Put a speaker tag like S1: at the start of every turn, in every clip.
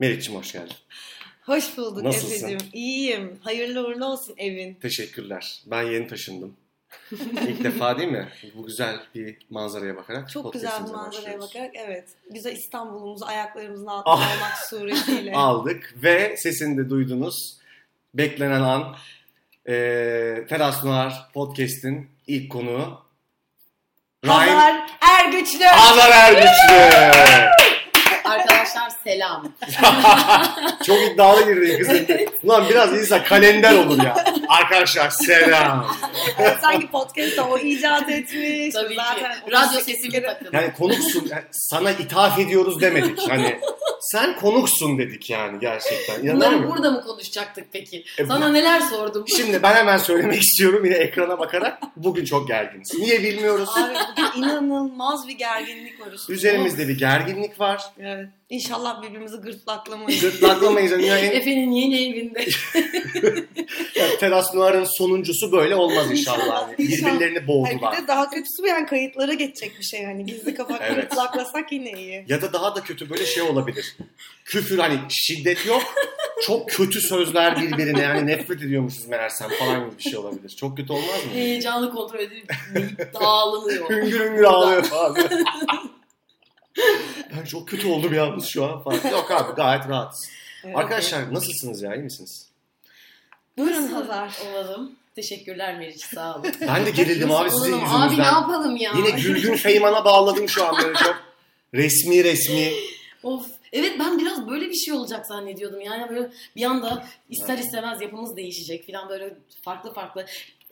S1: Melek'ciğim hoş geldin.
S2: Hoş bulduk
S1: Nasılsın?
S2: Efe'cim. İyiyim. Hayırlı uğurlu olsun evin.
S1: Teşekkürler. Ben yeni taşındım. İlk defa değil mi? Bu güzel bir manzaraya bakarak.
S2: Çok güzel bir
S1: podcastimize
S2: manzaraya
S1: başlıyoruz.
S2: bakarak evet. Güzel İstanbul'umuzu ayaklarımızın altına almak suretiyle.
S1: Aldık ve sesini de duydunuz. Beklenen an e, Teras Noir Podcast'in ilk konuğu Ryan
S2: Pazar Ergüçlü.
S1: Azar Ergüçlü.
S3: Arkadaşlar selam.
S1: Çok iddialı girdin kızım. Ulan biraz insan kalender olur ya. Arkadaşlar selam.
S2: Sanki podcast'ta o icat etmiş.
S3: Tabii
S2: Zaten
S3: ki. Radyo
S2: 38
S3: sesimi
S2: kere-
S3: takın.
S1: Yani konuksun. yani sana ithaf ediyoruz demedik. Hani sen konuksun dedik yani gerçekten. İnanamıyorum.
S3: Bunları burada mı konuşacaktık peki?
S1: E,
S3: Sana neler sordum?
S1: Şimdi ben hemen söylemek istiyorum yine ekrana bakarak. Bugün çok gerginiz. Niye bilmiyoruz.
S2: Abi bugün inanılmaz bir gerginlik var üstümüzde.
S1: Üzerimizde bir gerginlik var.
S2: Evet. İnşallah birbirimizi gırtlaklamayız.
S1: Gırtlaklamayız. Yani
S3: Efe'nin yeni evinde.
S1: teras Noir'ın sonuncusu böyle olmaz inşallah. Yani
S2: İnşallah.
S1: Birbirlerini
S2: Hayır, bir
S1: boğdular.
S2: de daha kötüsü bu yani kayıtlara geçecek bir şey hani gizli kapak
S1: Evet.
S2: gırtlaklasak yine iyi.
S1: Ya da daha da kötü böyle şey olabilir. Küfür hani şiddet yok. Çok kötü sözler birbirine yani nefret ediyormuşuz meğersem falan gibi bir şey olabilir. Çok kötü olmaz mı?
S3: Heyecanlı kontrol edilip dağılıyor.
S1: Hüngür hüngür ağlıyor falan. ben çok kötü oldum yalnız şu an falan. Yok abi gayet rahatız.
S2: Evet.
S1: Arkadaşlar nasılsınız ya iyi misiniz?
S2: Buyurun Hazar.
S3: Olalım. Teşekkürler Meriç sağ olun.
S1: Ben de gerildim abi
S3: Nasıl
S1: sizin
S3: olalım?
S1: yüzünüzden.
S3: Abi ne yapalım ya?
S1: Yine Gülgün Feyman'a bağladım şu an böyle çok. Resmi resmi.
S3: Of. Evet ben biraz böyle bir şey olacak zannediyordum. Yani böyle bir anda ister istemez yapımız değişecek falan böyle farklı farklı.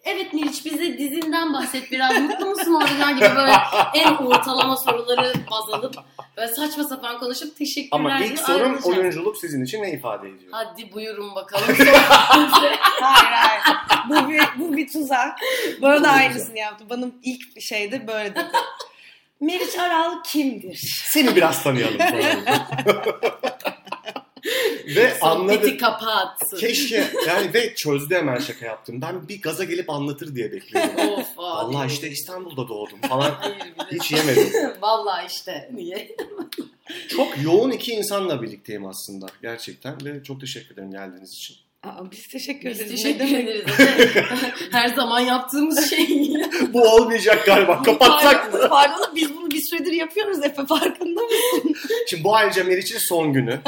S3: Evet Meriç bize dizinden bahset biraz. Mutlu musun orada gibi böyle en ortalama soruları baz alıp böyle saçma sapan konuşup teşekkürler
S1: Ama
S3: diye
S1: ilk sorum
S3: ayrılacağız.
S1: oyunculuk sizin için ne ifade ediyor?
S3: Hadi buyurun bakalım.
S2: Hayır hayır. Bu bir, bu bir tuzak. Bana da aynısını yaptı. Bana ilk şeyde böyle dedi. Meriç Aral kimdir?
S1: Seni biraz tanıyalım. ve anladım.
S3: Sohbeti kapat.
S1: Keşke yani ve çözdü hemen şaka yaptım. Ben bir gaza gelip anlatır diye bekliyordum.
S3: Of abi.
S1: Allah işte İstanbul'da doğdum falan.
S3: Hayır bir de-
S1: Hiç yemedim.
S3: Vallahi işte. Niye?
S1: Çok yoğun iki insanla birlikteyim aslında gerçekten ve çok teşekkür ederim geldiğiniz için.
S2: Aa, biz teşekkür
S3: Biz
S2: ederiz.
S3: teşekkür
S2: Ne demek?
S3: ederiz. Her zaman yaptığımız şey.
S1: Bu olmayacak galiba. Kapatsak
S2: Pardon, pardon, biz bunu bir süredir yapıyoruz Efe farkında mısın?
S1: Şimdi bu ayrıca Meriç'in son günü.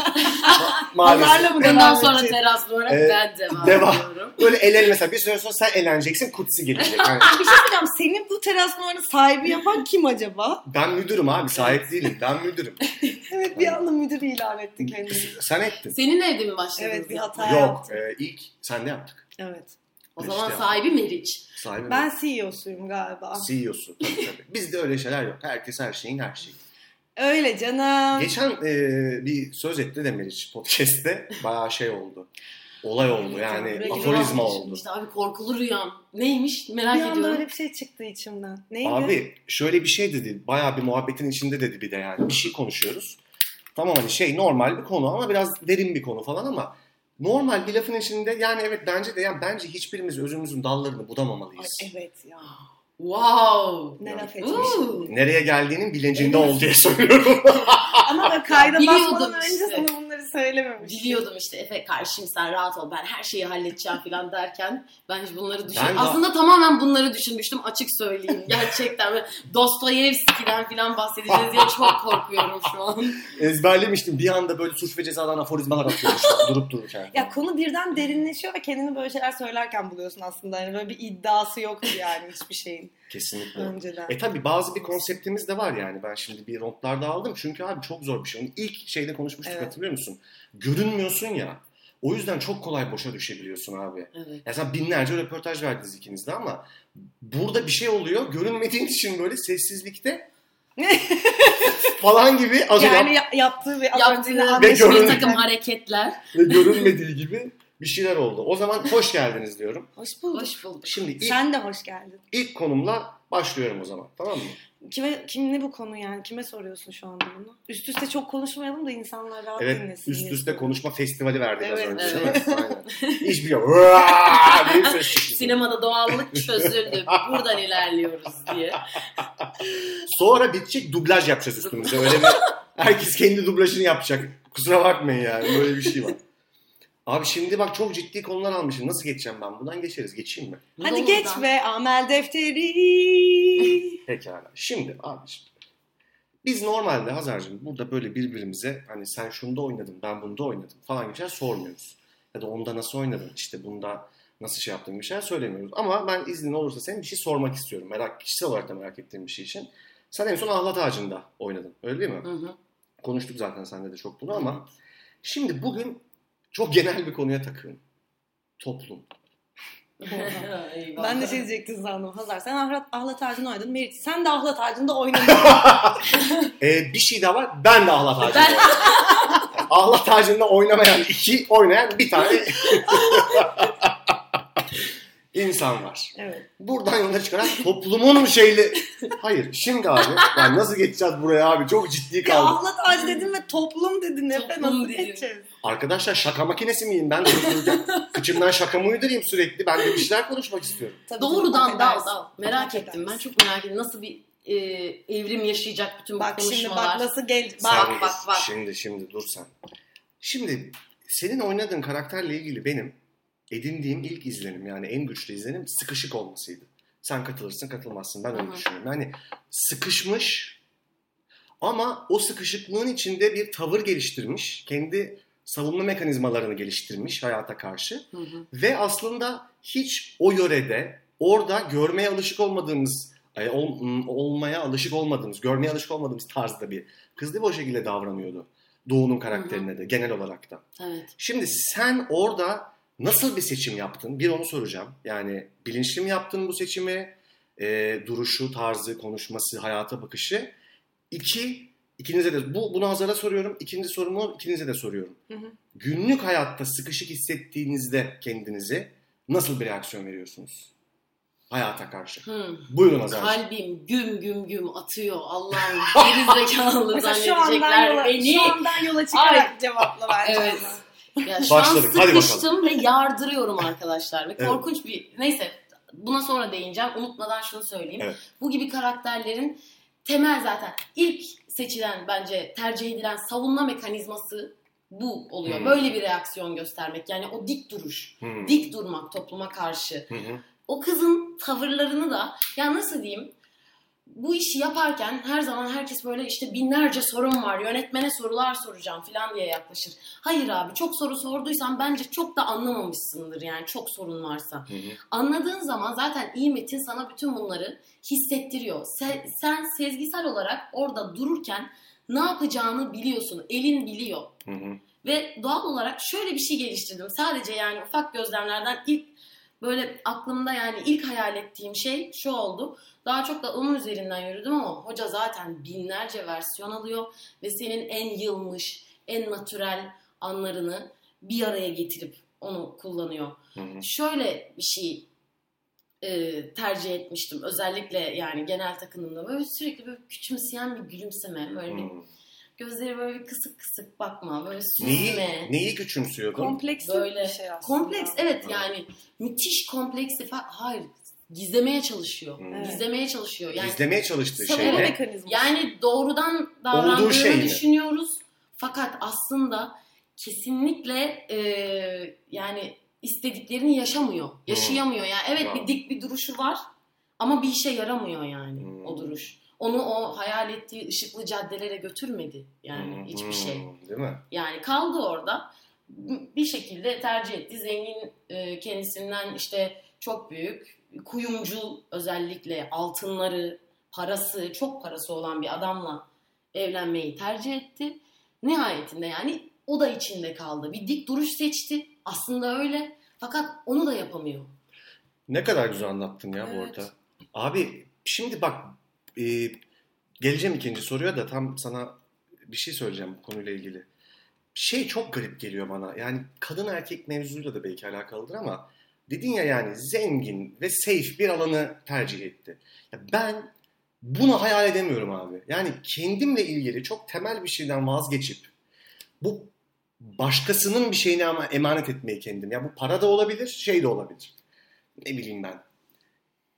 S1: Ma-
S2: Pazarla
S1: Maalesef.
S2: mı
S3: Bundan
S2: devam
S3: sonra
S2: edeceğiz?
S3: teras olarak
S1: Ee,
S3: ben devam,
S1: devam.
S3: ediyorum.
S1: Böyle el ele mesela bir süre sonra sen eleneceksin kutsi gelecek. Yani
S2: Bir şey söyleyeceğim. Senin bu teras numaranın sahibi yapan kim acaba?
S1: ben müdürüm abi sahip değilim. Ben müdürüm.
S2: Evet bir anda müdür ilan etti kendini.
S1: Sen ettin.
S3: Senin evde mi başladınız?
S2: Evet bir
S3: ya?
S2: hata
S1: Yok
S2: yaptım.
S1: e, ilk sen de yaptık.
S2: Evet.
S3: O zaman
S1: İşte.
S3: sahibi Meriç.
S1: Sahibi
S2: Ben
S1: ben...
S2: CEO'suyum galiba.
S1: CEO'su tabii tabii. Bizde öyle şeyler yok. Herkes her şeyin her şeyi.
S2: Öyle canım.
S1: Geçen e, bir söz etti de Meriç podcast'te bayağı şey oldu. Olay oldu yani
S3: Rüyam
S1: Hani aforizma
S3: için.
S1: oldu.
S3: İşte abi korkulu rüyam. Neymiş merak
S2: Bir anda
S3: ediyorum.
S2: öyle bir şey çıktı içimden. Neydi?
S1: Abi şöyle bir şey dedi. Bayağı bir muhabbetin içinde dedi bir de yani. Bir şey konuşuyoruz. Tamam hani şey normal bir konu ama biraz derin bir konu falan ama normal bir lafın içinde yani evet bence de yani bence hiçbirimiz özümüzün dallarını
S2: Ay,
S1: budamamalıyız.
S2: evet ya.
S3: Wow.
S2: Ne
S1: Ya.
S2: laf etmiş.
S3: Uuu.
S1: Nereye geldiğinin bilincinde ol diye söylüyorum.
S2: Ama ben kayda
S3: Biliyordum
S2: basmadan önce
S3: işte.
S2: sana bunları söylememiştim.
S3: Biliyordum işte Efe karşım sen rahat ol ben her şeyi halledeceğim falan derken ben hiç bunları
S1: Ben
S3: düşünmüştüm.
S1: de-
S3: Aslında tamamen bunları düşünmüştüm açık söyleyeyim. Gerçekten böyle Dostoyevski'den falan bahsedeceğiz diye çok korkuyorum şu an.
S1: Ezberlemiştim. Bir anda böyle suç ve cezadan aforizmalar atıyormuş. durup dururken.
S2: Ya konu birden derinleşiyor ve kendini böyle şeyler söylerken buluyorsun aslında. Yani böyle bir iddiası yoktu yani hiçbir şeyin
S1: Kesinlikle.
S2: önceden.
S1: E tabi bazı bir konseptimiz de var yani. Ben şimdi bir rondlarda aldım. Çünkü abi çok zor bir şey. Onu ilk şeyde konuşmuştuk
S2: Evet.
S1: hatırlıyor musun? Görünmüyorsun ya. O yüzden çok kolay boşa düşebiliyorsun abi.
S3: Evet.
S1: Ya sen binlerce röportaj verdiniz ikiniz de ama burada bir şey oluyor. Görünmediğin için böyle sessizlikte falan gibi az
S2: yani ya- yaptığı ve az önce yine
S3: Yaptığı
S1: Ve
S3: şey bir
S1: görünen-
S2: anlaşıldı.
S3: takım hareketler.
S1: ve görünmediği gibi bir şeyler oldu. O zaman hoş geldiniz diyorum.
S2: Hoş bulduk.
S3: Hoş bulduk.
S1: Şimdi ilk,
S2: Sen de hoş geldin.
S1: ilk konumla başlıyorum o zaman. Tamam mı?
S2: Kime, kim ne bu konu yani? Kime soruyorsun şu anda bunu? Üst üste çok konuşmayalım da insanlar rahat
S1: Evet
S2: dinlesin.
S1: üst
S2: diye
S1: üste
S2: soruyorum.
S1: konuşma festivali verdik
S2: Evet,
S1: az önce
S3: evet.
S1: değil mi? Aynen. Hiçbir yok. Vaa diye bir ses çıktı.
S3: Sinemada doğallık çözüldü. Buradan ilerliyoruz diye.
S1: Sonra bitecek dublaj yapacağız üstümüze. Öyle bir herkes kendi dublajını yapacak. Kusura bakmayın yani böyle bir şey var. Abi şimdi bak çok ciddi konular almışım. Nasıl geçeceğim ben? Buradan geçeriz. Geçeyim mi?
S2: Hadi
S3: Doğrudan.
S2: geç be amel defteri.
S1: Pekala. Şimdi abi şimdi. Biz normalde Hazar'cığım burada böyle birbirimize hani sen şunda oynadın ben bunda oynadım falan gibi şeyler sormuyoruz. Ya da onda nasıl oynadın işte bunda nasıl şey yaptın gibi şeyler söylemiyoruz. Ama ben iznin olursa senin bir şey sormak istiyorum. Merak, kişisel olarak da merak ettiğim bir şey için. Sen en son ahlat ağacında oynadın öyle değil mi?
S3: Hı hı.
S1: Konuştuk zaten sende de çok bunu ama şimdi bugün çok genel bir konuya takıyorum. Toplum.
S3: Eyvah.
S2: ben de şey diyecektim sandım. Hazar sen ahlat, ahlat ağacında oynadın. Meriç sen de ahlat ağacında oynadın.
S1: Ee, bir şey daha var. Ben de ahlat ağacında.
S3: Ben-
S1: oynadım. ahlat ağacında oynamayan iki, oynayan bir tane insan var.
S2: evet.
S1: Buradan yola çıkarak toplumun şeyli... Hayır şimdi abi ben nasıl geçeceğiz buraya abi çok ciddi
S2: Ya
S1: kaldım.
S2: ahlat ağacı dedim ve toplum dedin. Efe
S3: Toplum
S2: nasıl
S3: dedim.
S2: geçeceğiz?
S1: Arkadaşlar şaka makinesi miyim ben? Kıçımdan şaka mı uydurayım sürekli? Ben de bir şeyler konuşmak istiyorum.
S2: Tabii
S3: Doğrudan
S2: çok
S3: dal
S2: affedersin.
S3: dal. Merak
S2: Affedersin.
S3: ettim. Ben çok merak ettim. Nasıl bir e, evrim yaşayacak bütün bu
S2: Bak şimdi
S3: konuşmalar?
S2: bak nasıl gel... Bak.
S1: Sen-
S3: bak, bak.
S1: Şimdi şimdi dur sen. Şimdi senin oynadığın karakterle ilgili benim edindiğim ilk izlenim yani en güçlü izlenim sıkışık olmasıydı. Sen katılırsın katılmazsın ben öyle
S3: Hı hı.
S1: düşünüyorum. Yani sıkışmış ama o sıkışıklığın içinde bir tavır geliştirmiş. Kendi savunma mekanizmalarını geliştirmiş hayata karşı.
S3: Hı hı.
S1: Ve aslında hiç o yörede orada görmeye alışık olmadığımız e, ol- m, olmaya alışık olmadığımız, görmeye alışık olmadığımız tarzda bir kız değil mi o şekilde davranıyordu. Doğu'nun karakterine de genel olarak da.
S3: Evet.
S1: Şimdi sen orada nasıl bir seçim yaptın? Bir onu soracağım. Yani bilinçli mi yaptın bu seçimi? E, duruşu, tarzı, konuşması, hayata bakışı. İki, ikinize de bu bunu Hazar'a soruyorum. İkinci sorumu ikinize de soruyorum.
S2: Hı hı.
S1: Günlük hayatta sıkışık hissettiğinizde kendinizi nasıl bir reaksiyon veriyorsunuz? Hayata karşı.
S3: Hı.
S1: Buyurun Hazar.
S3: Kalbim güm güm güm atıyor. Allah'ım gerizekalı
S2: Mesela şu andan,
S3: zannedecekler
S2: yola,
S3: beni.
S2: şu andan yola çıkarak cevapla bence.
S3: Evet.
S2: ona.
S3: Ya şu
S1: Başladık,
S3: an
S1: hadi bakalım.
S3: sıkıştım ve yardırıyorum arkadaşlar. Ve
S1: Evet.
S3: korkunç bir... Neyse buna sonra değineceğim. Unutmadan şunu söyleyeyim.
S1: Evet.
S3: Bu gibi karakterlerin temel zaten ilk seçilen bence tercih edilen savunma mekanizması bu oluyor.
S1: Hmm.
S3: Böyle bir reaksiyon göstermek. Yani o dik duruş.
S1: Hmm.
S3: Dik durmak topluma karşı.
S1: Hı hı.
S3: O kızın tavırlarını da ya nasıl diyeyim bu işi yaparken her zaman herkes böyle işte binlerce sorun var yönetmene sorular soracağım falan diye yaklaşır. Hayır abi çok soru sorduysan bence çok da anlamamışsındır yani çok sorun varsa.
S1: Hı hı.
S3: Anladığın zaman zaten iyi metin sana bütün bunları hissettiriyor. Se- sen sezgisel olarak orada dururken ne yapacağını biliyorsun. Elin biliyor.
S1: Hı hı.
S3: Ve doğal olarak şöyle bir şey geliştirdim. Sadece yani ufak gözlemlerden ilk böyle aklımda yani ilk hayal ettiğim şey şu oldu. Daha çok da onun üzerinden yürüdüm ama hoca zaten binlerce versiyon alıyor ve senin en yılmış, en natürel anlarını bir araya getirip onu kullanıyor
S1: Hı hı.
S3: şöyle bir şey e, tercih etmiştim. Özellikle yani genel takımımda böyle sürekli böyle küçümseyen bir gülümseme. Böyle bir
S1: Hı.
S3: gözleri böyle bir kısık kısık bakma. Böyle
S1: Neyi,
S3: süzme.
S1: neyi küçümsüyordun?
S2: Kompleks
S3: Böyle
S2: bir şey aslında.
S3: Kompleks evet
S1: Evet.
S3: yani müthiş kompleksi fa- hayır gizlemeye çalışıyor.
S1: Hı.
S2: Evet.
S3: Gizlemeye çalışıyor. Yani
S1: İzlemeye çalıştığı
S3: Savunma
S1: şey ne?
S2: mekanizması.
S3: yani doğrudan davrandığını
S1: şey mi?
S3: düşünüyoruz. Fakat aslında kesinlikle e, yani istediklerini yaşamıyor. Yaşayamıyor. Yani evet
S1: Wow.
S3: bir dik bir duruşu var ama bir işe yaramıyor yani
S1: Hmm.
S3: o duruş. Onu o hayal ettiği ışıklı caddelere götürmedi yani
S1: Hı hı.
S3: hiçbir şey.
S1: Hmm, Değil mi?
S3: Yani kaldı orada. Bir şekilde tercih etti. Zengin e, kendisinden işte çok büyük kuyumcu özellikle altınları, parası, çok parası olan bir adamla evlenmeyi tercih etti. Nihayetinde yani o da içinde kaldı. Bir dik duruş seçti. Aslında öyle. Fakat onu da yapamıyor.
S1: Ne kadar güzel anlattın ya bu
S2: Evet.
S1: orta. Abi şimdi bak e, geleceğim ikinci soruya da tam sana bir şey söyleyeceğim bu konuyla ilgili. Şey çok garip geliyor bana. Yani kadın erkek mevzuyla da belki alakalıdır ama dedin ya yani zengin ve safe bir alanı tercih etti. Ya ben bunu hayal edemiyorum abi. Yani kendimle ilgili çok temel bir şeyden vazgeçip bu başkasının bir şeyine ama emanet etmeyi kendim. Ya bu para da olabilir, şey de olabilir ne bileyim ben.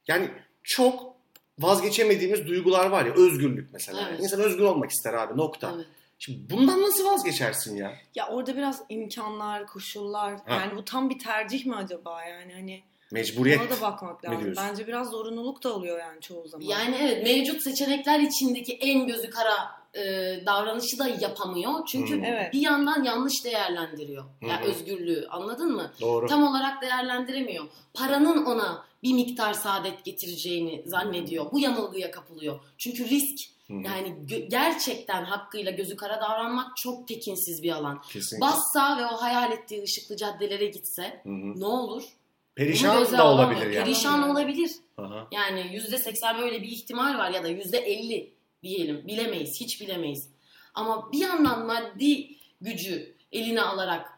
S1: Yani çok vazgeçemediğimiz duygular var ya özgürlük mesela.
S3: Evet.
S1: İnsan özgür olmak ister abi nokta.
S3: Evet.
S1: Şimdi bundan nasıl vazgeçersin ya?
S2: Ya orada biraz imkanlar, koşullar.
S1: Ha.
S2: Yani bu tam bir tercih mi acaba yani hani
S1: Mecburiyet.
S2: ona da bakmak
S1: Ne
S2: lazım.
S1: diyorsun?
S2: Bence biraz zorunluluk da oluyor yani çoğu zaman.
S3: Yani evet mevcut seçenekler içindeki en gözü kara e, davranışı da yapamıyor. Çünkü
S1: Hmm.
S2: Evet.
S3: bir yandan yanlış değerlendiriyor. Yani
S1: Hı hı.
S3: özgürlüğü anladın mı?
S1: Doğru.
S3: Tam olarak değerlendiremiyor. Paranın ona bir miktar saadet getireceğini zannediyor. Bu yanılgıya kapılıyor. Çünkü risk
S1: Hı hı.
S3: yani gö- gerçekten hakkıyla gözü kara davranmak çok tekinsiz bir alan.
S1: Kesinlikle.
S3: Bassa ve o hayal ettiği ışıklı caddelere gitse
S1: Hı hı.
S3: ne olur? Bunu
S1: Perişan
S3: göze
S1: da
S3: alamıyor.
S1: olabilir yani.
S3: Perişan olabilir.
S1: Aha.
S3: Yani yüzde seksen böyle bir ihtimal var ya da yüzde elli diyelim. Bilemeyiz, hiç bilemeyiz. Ama bir yandan maddi gücü eline alarak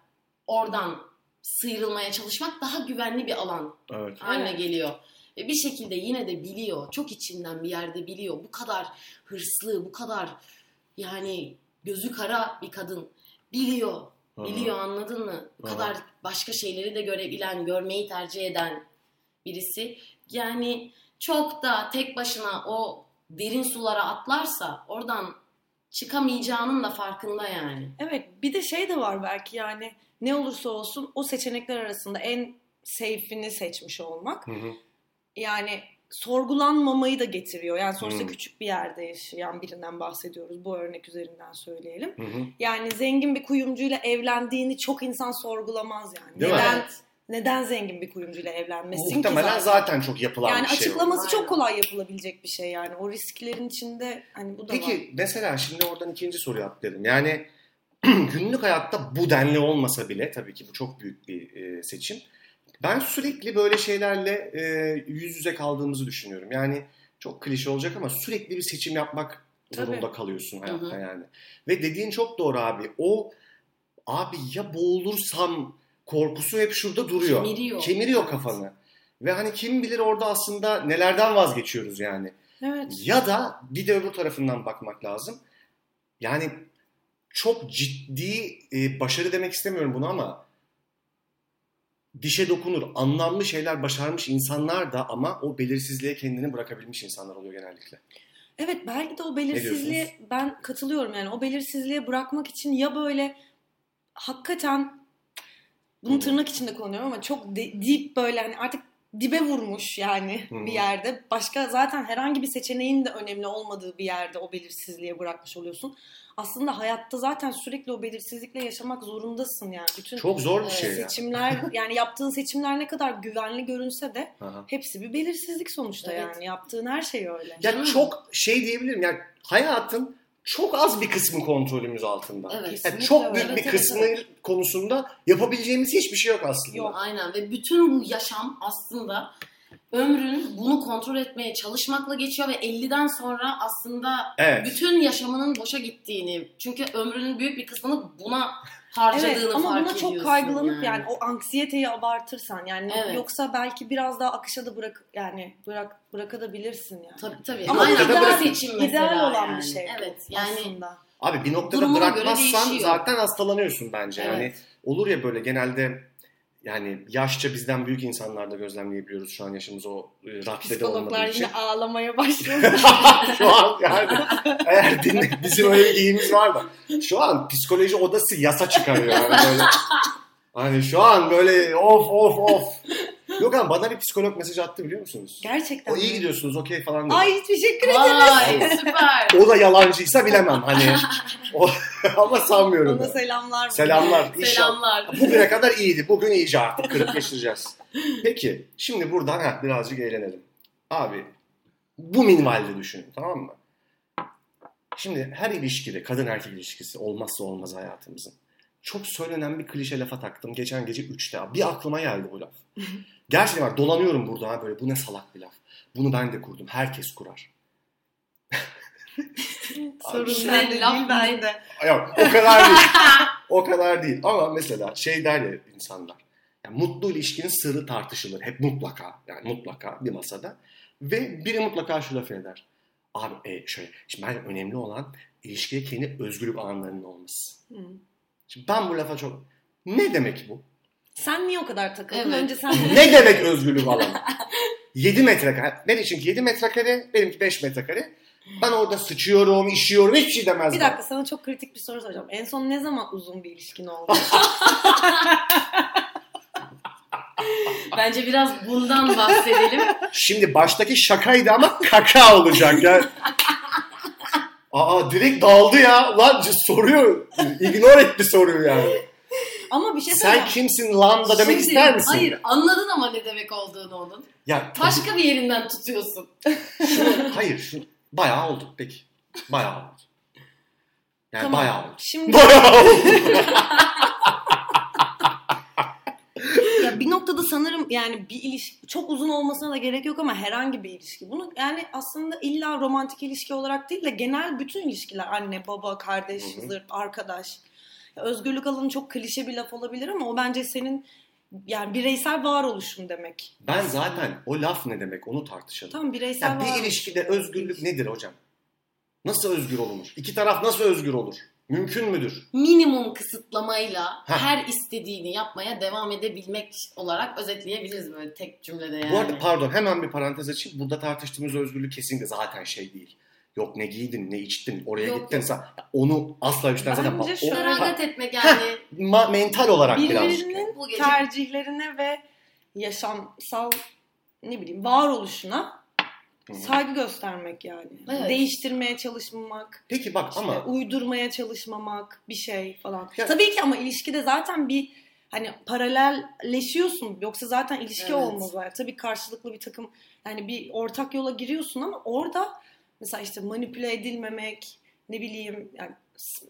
S3: oradan sıyrılmaya çalışmak daha güvenli bir alan
S1: Evet.
S3: haline
S2: Evet.
S3: geliyor. Ve bir şekilde yine de biliyor, çok içinden bir yerde biliyor. Bu kadar hırslı, bu kadar yani gözü kara bir kadın biliyor.
S1: Aha.
S3: Biliyor anladın mı? Bu
S1: Aha.
S3: kadar başka şeyleri de görebilen, görmeyi tercih eden birisi. Yani çok da tek başına o derin sulara atlarsa oradan çıkamayacağının da farkında yani.
S2: Evet bir de şey de var belki yani ne olursa olsun o seçenekler arasında en safe'ini seçmiş olmak.
S1: Hı hı.
S2: Yani sorgulanmamayı da getiriyor. Yani sonuçta
S1: Hmm.
S2: küçük bir yerde yaşayan birinden bahsediyoruz. Bu örnek üzerinden söyleyelim.
S1: Hı hı.
S2: Yani zengin bir kuyumcuyla evlendiğini çok insan sorgulamaz yani.
S1: Değil mi?
S2: neden neden zengin bir kuyumcuyla evlenmesin ki
S1: Muhtemelen
S2: zaten?
S1: zaten çok yapılan
S2: yani
S1: bir şey. o.
S2: açıklaması çok
S3: Aynen.
S2: kolay yapılabilecek bir şey yani. O risklerin içinde hani bu da var.
S1: Peki mesela şimdi oradan ikinci soruya atladım. Yani günlük hayatta bu denli olmasa bile tabii ki bu çok büyük bir e, seçim. Ben sürekli böyle şeylerle e, yüz yüze kaldığımızı düşünüyorum. Yani çok klişe olacak ama sürekli bir seçim yapmak zorunda
S2: Tabii.
S1: kalıyorsun
S3: Hı hı.
S1: hayatta yani. Ve dediğin çok doğru abi. O abi ya boğulursam korkusu hep şurada duruyor.
S3: Kemiriyor.
S1: Kemiriyor
S3: Evet.
S1: kafanı. Ve hani kim bilir orada aslında nelerden vazgeçiyoruz yani.
S2: Evet.
S1: Ya da bir de öbür tarafından bakmak lazım. Yani çok ciddi e, başarı demek istemiyorum bunu ama dişe dokunur, anlamlı şeyler başarmış insanlar da ama o belirsizliğe kendini bırakabilmiş insanlar oluyor genellikle.
S2: Evet belki de o belirsizliğe ben katılıyorum yani o belirsizliğe bırakmak için ya böyle hakikaten
S1: Hı
S2: bunu
S1: hı.
S2: tırnak içinde kullanıyorum ama çok de- deep böyle hani artık dibe vurmuş yani
S1: Hı hı.
S2: bir yerde. Başka zaten herhangi bir seçeneğin de önemli olmadığı bir yerde o belirsizliğe bırakmış oluyorsun. Aslında hayatta zaten sürekli o belirsizlikle yaşamak zorundasın yani. Bütün
S1: Çok zor bir
S2: e,
S1: şey ya.
S2: seçimler yani yaptığın seçimler ne kadar güvenli görünse de
S1: Aha.
S2: hepsi bir belirsizlik sonuçta
S3: Evet.
S2: yani. Yaptığın her şey öyle.
S1: Ya çok şey diyebilirim yani hayatın çok az bir kısmı kontrolümüz altında.
S3: Evet.
S1: Yani
S2: Kesinlikle
S1: çok
S2: öyle.
S1: büyük
S3: Evet,
S1: bir
S3: evet,
S1: kısmı konusunda yapabileceğimiz hiçbir şey yok aslında.
S2: Yok.
S3: Aynen ve bütün bu yaşam aslında ömrün bunu kontrol etmeye çalışmakla geçiyor ve 50'den sonra aslında
S1: Evet.
S3: bütün yaşamının boşa gittiğini çünkü ömrünün büyük bir kısmını buna harcadığını
S2: Evet ama
S3: fark
S2: buna çok
S3: ediyorsun
S2: kaygılanıp yani. o anksiyeteyi abartırsan yani
S3: Evet.
S2: yoksa belki biraz daha akışa da bırak yani bırak bırakabilirsin yani.
S3: Tabii tabii.
S1: Ama
S3: Aynen,
S1: ideal-
S3: bu da seçim mesela
S2: İdeal olan
S3: yani.
S2: bir şey. bu
S3: Evet yani
S2: aslında.
S1: Abi bir noktada
S3: Durumuna göre
S1: bırakmazsan
S3: değişiyor.
S1: zaten hastalanıyorsun bence.
S3: Evet.
S1: Yani olur ya böyle genelde yani yaşça bizden büyük insanlarda gözlemleyebiliyoruz şu an yaşımız o e, raddede olmadığı
S2: Psikologlar
S1: için.
S2: yine ağlamaya başladı.
S1: şu an yani eğer dinle, bizim öyle bir iyimiz var da. Şu an psikoloji odası yasa çıkarıyor. Yani böyle. Hani şu an böyle of of of. Yok ama bana bir psikolog mesaj attı biliyor musunuz?
S2: Gerçekten.
S1: O iyi gidiyorsunuz okey falan dedi.
S2: Ay teşekkür ederim.
S3: Vay süper.
S1: O da yalancıysa bilemem hani. O, ama sanmıyorum.
S2: Ona
S1: ben.
S2: selamlar.
S1: Selamlar.
S3: şey
S1: inşallah.
S3: Selamlar.
S1: Bugüne kadar iyiydi. Bugün iyice artık kırıp geçireceğiz. Peki şimdi buradan ha, birazcık eğlenelim. Abi bu minvalde düşünün tamam mı? Şimdi her ilişkide kadın erkek ilişkisi olmazsa olmaz hayatımızın. Çok söylenen bir klişe lafa taktım geçen gece 3'te. abi. Bir aklıma geldi bu laf. Gerçekten bak dolanıyorum burada ha böyle bu ne salak bir laf. Bunu ben de kurdum. Herkes kurar.
S2: Sorun
S3: Sen
S2: bende
S3: Şey, laf
S2: değil
S3: ne?
S2: bende.
S1: Yok o kadar değil. o kadar değil. Ama mesela şey der ya insanlar. Yani mutlu ilişkinin sırrı tartışılır. Hep mutlaka. Yani mutlaka bir masada. Ve biri mutlaka şu lafı eder. Abi e, şöyle. Şimdi bence önemli olan ilişkiye kendi özgürlük anlarının olması.
S2: Hı.
S1: Şimdi ben bu lafa çok... Ne demek bu?
S2: Sen niye o kadar takıldın?
S3: Evet.
S2: Önce sen
S1: ne demek özgürlük alanı? 7 metrekare. Ne için ki 7 metrekare? Benimki 5 metrekare. Ben orada sıçıyorum, işiyorum, hiçbir şey demez.
S2: Bir
S1: bana.
S2: dakika sana çok kritik bir soru soracağım. En son ne zaman uzun bir ilişkin oldu?
S1: Ah.
S3: Bence biraz bundan bahsedelim.
S1: Şimdi baştaki şakaydı ama kaka olacak ya. Aa direkt daldı ya. Lan c- soruyor. Ignore etti soruyu yani.
S2: Ama bir şey
S1: Sen
S2: söyleyeceğim.
S1: kimsin lan da demek
S3: Şimdi-
S1: ister misin?
S3: Hayır anladın ama ne demek olduğunu onun.
S1: Ya
S3: Başka bir yerinden tutuyorsun.
S1: şunu, hayır şunu. Bayağı oldu peki. Bayağı oldu. Yani
S2: Tamam.
S1: bayağı oldu.
S2: Şimdi
S1: Bayağı oldu.
S2: ya bir noktada sanırım yani bir ilişki çok uzun olmasına da gerek yok ama herhangi bir ilişki. Bunu yani aslında illa romantik ilişki olarak değil de genel bütün ilişkiler anne, baba, kardeş,
S1: Hı hı.
S2: zırt, arkadaş. Ya özgürlük alanı çok klişe bir laf olabilir ama o bence senin yani bireysel varoluşun demek.
S1: ben zaten o laf ne demek onu tartışalım.
S2: Tam bireysel
S1: Ya bir
S2: varoluş.
S1: ilişkide özgürlük nedir hocam? Nasıl özgür olunur? İki taraf nasıl özgür olur? Mümkün müdür?
S3: Minimum kısıtlamayla
S1: Heh.
S3: her istediğini yapmaya devam edebilmek olarak özetleyebiliriz böyle tek cümlede yani.
S1: Bu arada pardon hemen bir parantez açayım. Burada tartıştığımız özgürlük kesinlikle zaten şey değil. Yok ne giydin ne içtin oraya
S3: Yok,
S1: gittin sen. ya Onu asla bir şeyden zaten
S2: Bence
S1: bak.
S2: şu-
S1: O,
S3: Feragat etmek yani.
S1: ma- mental olarak birazcık.
S2: birbirinin
S3: Bu gece
S2: tercihlerine ve yaşamsal ne bileyim varoluşuna
S1: Hı.
S2: saygı göstermek yani.
S3: Evet.
S2: Değiştirmeye çalışmamak,
S1: Peki bak
S2: işte
S1: ama
S2: uydurmaya çalışmamak, bir şey falan.
S1: Ya-
S2: Tabii ki ama ilişkide zaten bir hani paralelleşiyorsun. Yoksa zaten ilişki
S3: Evet.
S2: olmaz var. Tabii karşılıklı bir takım yani bir ortak yola giriyorsun ama orada mesela işte manipüle edilmemek, ne bileyim yani,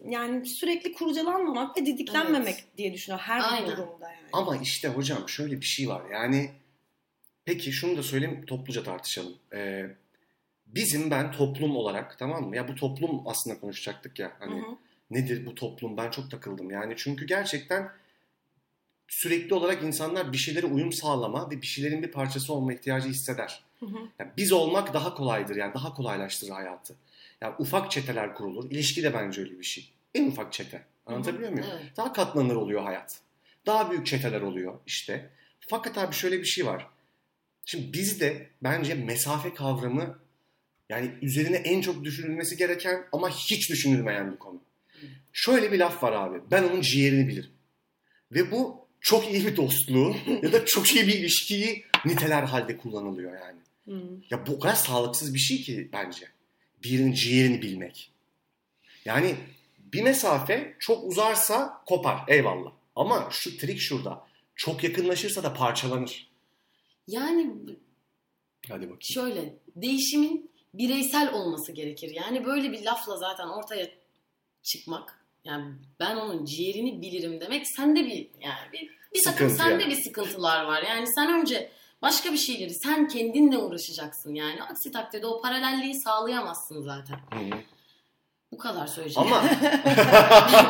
S2: yani sürekli kurcalanmamak ve didiklenmemek diye düşünüyorum her
S3: Aynen.
S2: durumda yani.
S1: ama işte hocam şöyle bir şey var. Yani peki şunu da söyleyeyim topluca tartışalım. Ee, bizim ben toplum olarak tamam mı? Ya bu toplum aslında konuşacaktık ya. Hani
S2: Hı hı.
S1: nedir bu toplum ben çok takıldım yani çünkü gerçekten sürekli olarak insanlar bir şeylere uyum sağlama ve bir şeylerin bir parçası olma ihtiyacı hisseder.
S2: Hı hı.
S1: Yani biz olmak daha kolaydır yani daha kolaylaştırır hayatı. Yani ufak çeteler kurulur. İlişki de bence öyle bir şey. En ufak çete. Anlatabiliyor muyum?
S3: Evet.
S1: Daha katlanır oluyor hayat. Daha büyük çeteler oluyor işte. Fakat abi şöyle bir şey var. Şimdi bizde bence mesafe kavramı yani üzerine en çok düşünülmesi gereken ama hiç düşünülmeyen bir konu. Şöyle bir laf var abi. Ben onun ciğerini bilirim. Ve bu çok iyi bir dostluğu ya da çok iyi bir ilişkiyi niteler halde kullanılıyor yani.
S2: Hı.
S1: Ya bu o kadar sağlıksız bir şey ki bence. Birinin ciğerini bilmek. Yani bir mesafe çok uzarsa kopar eyvallah. Ama şu trik şurada. Çok yakınlaşırsa da parçalanır.
S3: Yani
S1: Hadi bakayım.
S3: şöyle değişimin bireysel olması gerekir. Yani böyle bir lafla zaten ortaya çıkmak. Yani ben onun ciğerini bilirim demek sende bir yani bir, bir takım
S1: Sıkıntı
S3: sende
S1: yani.
S3: bir sıkıntılar var. Yani sen önce başka bir şeyleri sen kendinle uğraşacaksın yani. Aksi takdirde o paralelliği sağlayamazsın zaten.
S1: Hı.
S3: Bu kadar söyleyeceğim.
S1: Ama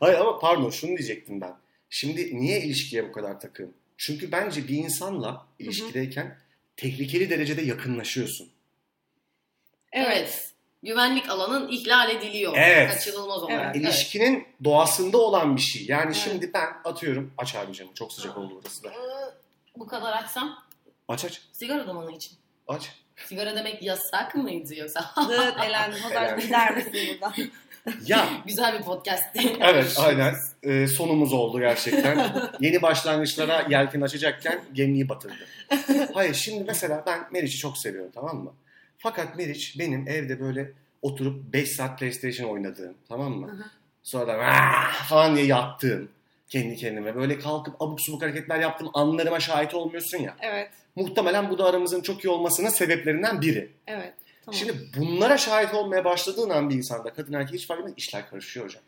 S1: Hayır ama pardon şunu diyecektim ben. Şimdi niye ilişkiye bu kadar takığım? Çünkü bence bir insanla ilişkideyken tehlikeli derecede yakınlaşıyorsun.
S3: evet.
S2: Evet.
S3: Güvenlik alanın ihlal ediliyor.
S1: Evet.
S3: Kaçınılmaz olarak.
S2: Evet.
S1: İlişkinin doğasında olan bir şey. Yani
S2: Evet.
S1: şimdi ben atıyorum aç abi canım çok sıcak oldu burası da.
S3: Evet. Ee, Bu kadar açsam
S1: Aç aç
S3: sigara dumanı için.
S1: aç.
S3: Sigara demek yasak mıydı yoksa?
S2: Zıt elendi. O zaman
S1: Elendi.
S2: gider misin buradan?
S1: Ya
S3: Güzel bir podcast.
S1: Evet aynen. Ee, sonumuz oldu gerçekten. Yeni başlangıçlara yelken açacakken gemiyi batırdı. Hayır şimdi mesela ben Meriç'i çok seviyorum tamam mı? Fakat Meriç benim evde böyle oturup 5 saat PlayStation oynadığım tamam
S2: Hı hı.
S1: mı? Sonra da "Ah!" falan diye yattığım kendi kendime böyle kalkıp abuk subuk hareketler yaptığım anlarıma şahit olmuyorsun ya.
S2: Evet.
S1: Muhtemelen bu da aramızın çok iyi olmasının sebeplerinden biri.
S2: Evet. Tamam.
S1: Şimdi bunlara şahit olmaya başladığın an bir insanda kadın erkek hiç fark etmez işler karışıyor hocam.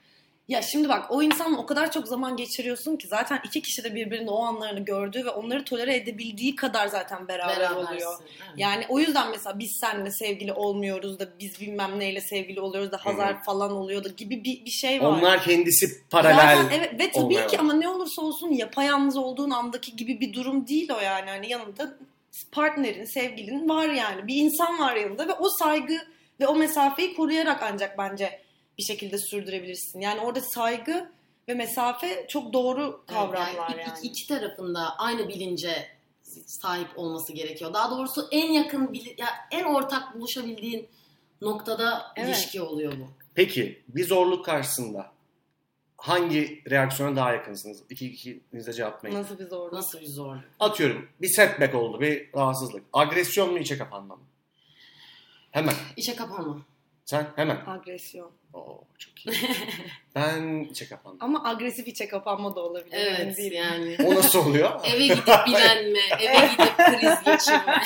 S2: Ya şimdi bak o insanla o kadar çok zaman geçiriyorsun ki zaten iki kişi de birbirinin o anlarını gördüğü ve onları tolere edebildiği kadar zaten beraber oluyor.
S3: Berabersin. Evet.
S2: Yani o yüzden mesela biz seninle sevgili olmuyoruz da biz bilmem neyle sevgili oluyoruz da Hazar falan oluyor da gibi bir, bir şey var.
S1: Onlar kendisi paralel.
S2: Zaten e- evet ve tabii
S1: olmaya
S2: ki
S1: var.
S2: ama ne olursa olsun yapayalnız olduğun andaki gibi bir durum değil o yani. Hani yanında partnerin, sevgilin var yani. Bir insan var yanında ve o saygı ve o mesafeyi koruyarak ancak bence bir şekilde sürdürebilirsin. Yani orada saygı ve mesafe çok doğru kavramlar
S3: iki-
S2: yani.
S3: iki tarafında aynı bilince sahip olması gerekiyor. Daha doğrusu en yakın bili- ya en ortak buluşabildiğin noktada
S2: Evet.
S3: ilişki oluyor bu.
S1: Peki bir zorluk karşısında hangi reaksiyona daha yakınsınız? İki ikiniz de cevaplayın.
S2: Nasıl bir zorluk?
S3: Nasıl bir zorluk?
S1: Atıyorum bir setback oldu, bir rahatsızlık. Agresyon mu içe kapanma mı? Hemen.
S3: İşe kapanma.
S1: Sen hemen.
S2: Agresyon.
S1: Oo, çok iyi. ben içe kapandım.
S2: Ama agresif içe kapanma da olabilir.
S3: Evet
S2: Yani değil.
S3: yani.
S1: O nasıl oluyor?
S2: E-
S3: Eve gidip bilenme, eve gidip kriz geçirme.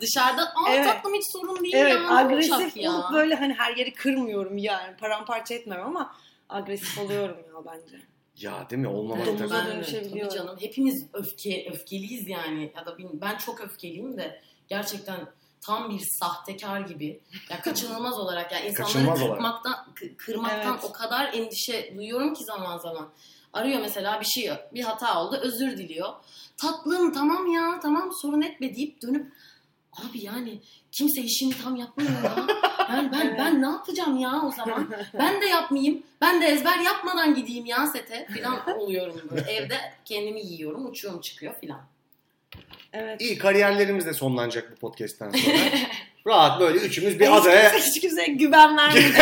S3: Dışarıda aa
S2: Evet.
S3: tatlım hiç sorun değil
S2: Evet
S3: ya. ne olacak
S2: agresif
S3: ya.
S2: olup böyle hani her yeri kırmıyorum yani paramparça etmem ama agresif oluyorum ya bence.
S1: Ya değil mi? Olmamak
S2: Evet,
S1: tabii.
S2: ben- şey
S3: de,
S2: dönüşebiliyor.
S3: Tabii canım. Hepimiz öfke, öfkeliyiz yani. Ya da bil- ben çok öfkeliyim de gerçekten tam bir sahtekar gibi. Ya kaçınılmaz olarak ya insanları
S1: Kaçınılmaz olarak.
S3: kırmaktan kı- kırmaktan
S2: Evet.
S3: o kadar endişe duyuyorum ki zaman zaman. Arıyor mesela bir şey bir hata oldu özür diliyor. Tatlım tamam ya tamam sorun etme deyip dönüp abi yani kimse işini tam yapmıyor ya. Yani ben ben ne yapacağım ya o zaman? Ben de yapmayayım. Ben de ezber yapmadan gideyim ya sete falan oluyorum böyle. Evde kendimi yiyorum, uçuyorum çıkıyor falan.
S2: Evet.
S1: İyi kariyerlerimiz de sonlanacak bu podcast'ten sonra. Rahat böyle üçümüz bir adaya
S2: Hiç kimse, hiç kimseye güven vermeyeceğim.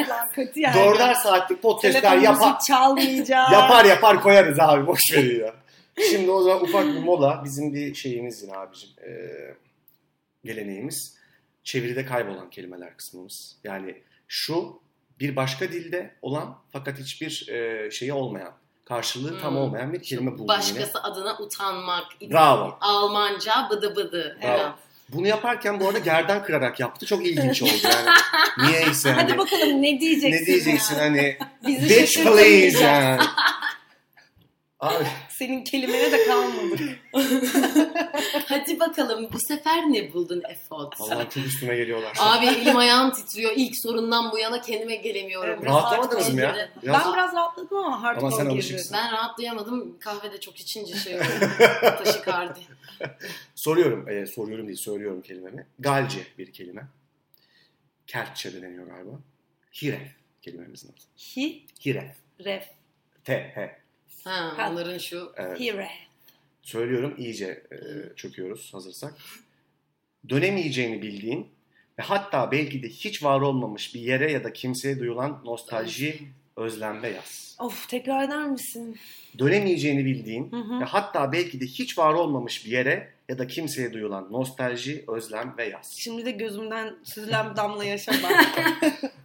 S2: Asla kötü yani.
S1: dörder saatlik podcast'ler
S2: Telefonumuzu
S1: yapar.
S2: çalmayacağım.
S1: Yapar yapar koyarız abi boş verin ya. Şimdi o zaman ufak bir mola bizim bir şeyimiz yine abicim. Ee, geleneğimiz. Çeviride kaybolan kelimeler kısmımız. Yani şu bir başka dilde olan fakat hiçbir e, şeyi olmayan, karşılığı tam
S3: Hmm.
S1: olmayan bir kelime buldum yine.
S3: Başkası adına utanmak.
S1: Bravo.
S3: Almanca bıdı bıdı.
S1: Bravo.
S3: Evet.
S1: Bunu yaparken bu arada gerdan kırarak yaptı. Çok ilginç oldu yani. Niyeyse yani.
S2: Hadi bakalım ne diyeceksin?
S1: ne diyeceksin
S2: ya?
S1: hani.
S2: Bizi
S1: Bitch please
S2: şaşırtmayacaksın.
S1: yani. Abi,
S2: Senin kelimene de kalmadı.
S3: Hadi bakalım bu sefer ne buldun Efot?
S1: vallahi çok üstüme geliyorlar.
S3: Abi elim ayağım titriyor. İlk sorundan bu yana kendime gelemiyorum.
S2: Evet.
S1: Rahatlamadınız mı ya?
S3: Hardcore
S1: Biraz-
S2: Ben biraz rahatladım ama hardcore
S1: Ama sen
S2: girdi.
S1: alışıksın.
S3: Ben rahatlayamadım. Kahvede çok içince şey oldu. Taşikardi.
S1: Soruyorum, e, soruyorum değil, söylüyorum kelimemi. Galce bir kelime. Kertçe de deniyor galiba. Hiref kelimemizin adı.
S2: Hi,
S1: Hiref.
S2: ref,
S1: T, H. E,
S3: Ha,
S2: Ha.
S3: onların şu
S1: Evet.
S2: hi, ref.
S1: Söylüyorum, iyice e, çöküyoruz hazırsak. Dönemeyeceğini bildiğin ve hatta belki de hiç var olmamış bir yere ya da kimseye duyulan nostalji, özlemde yaz.
S2: Of tekrar eder misin?
S1: Dönemeyeceğini bildiğin
S2: Hı
S1: ve
S2: hı.
S1: hatta belki de hiç var olmamış bir yere ya da kimseye duyulan nostalji, özlem ve yaz.
S2: Şimdi de gözümden süzülen bir damla yaşa bak.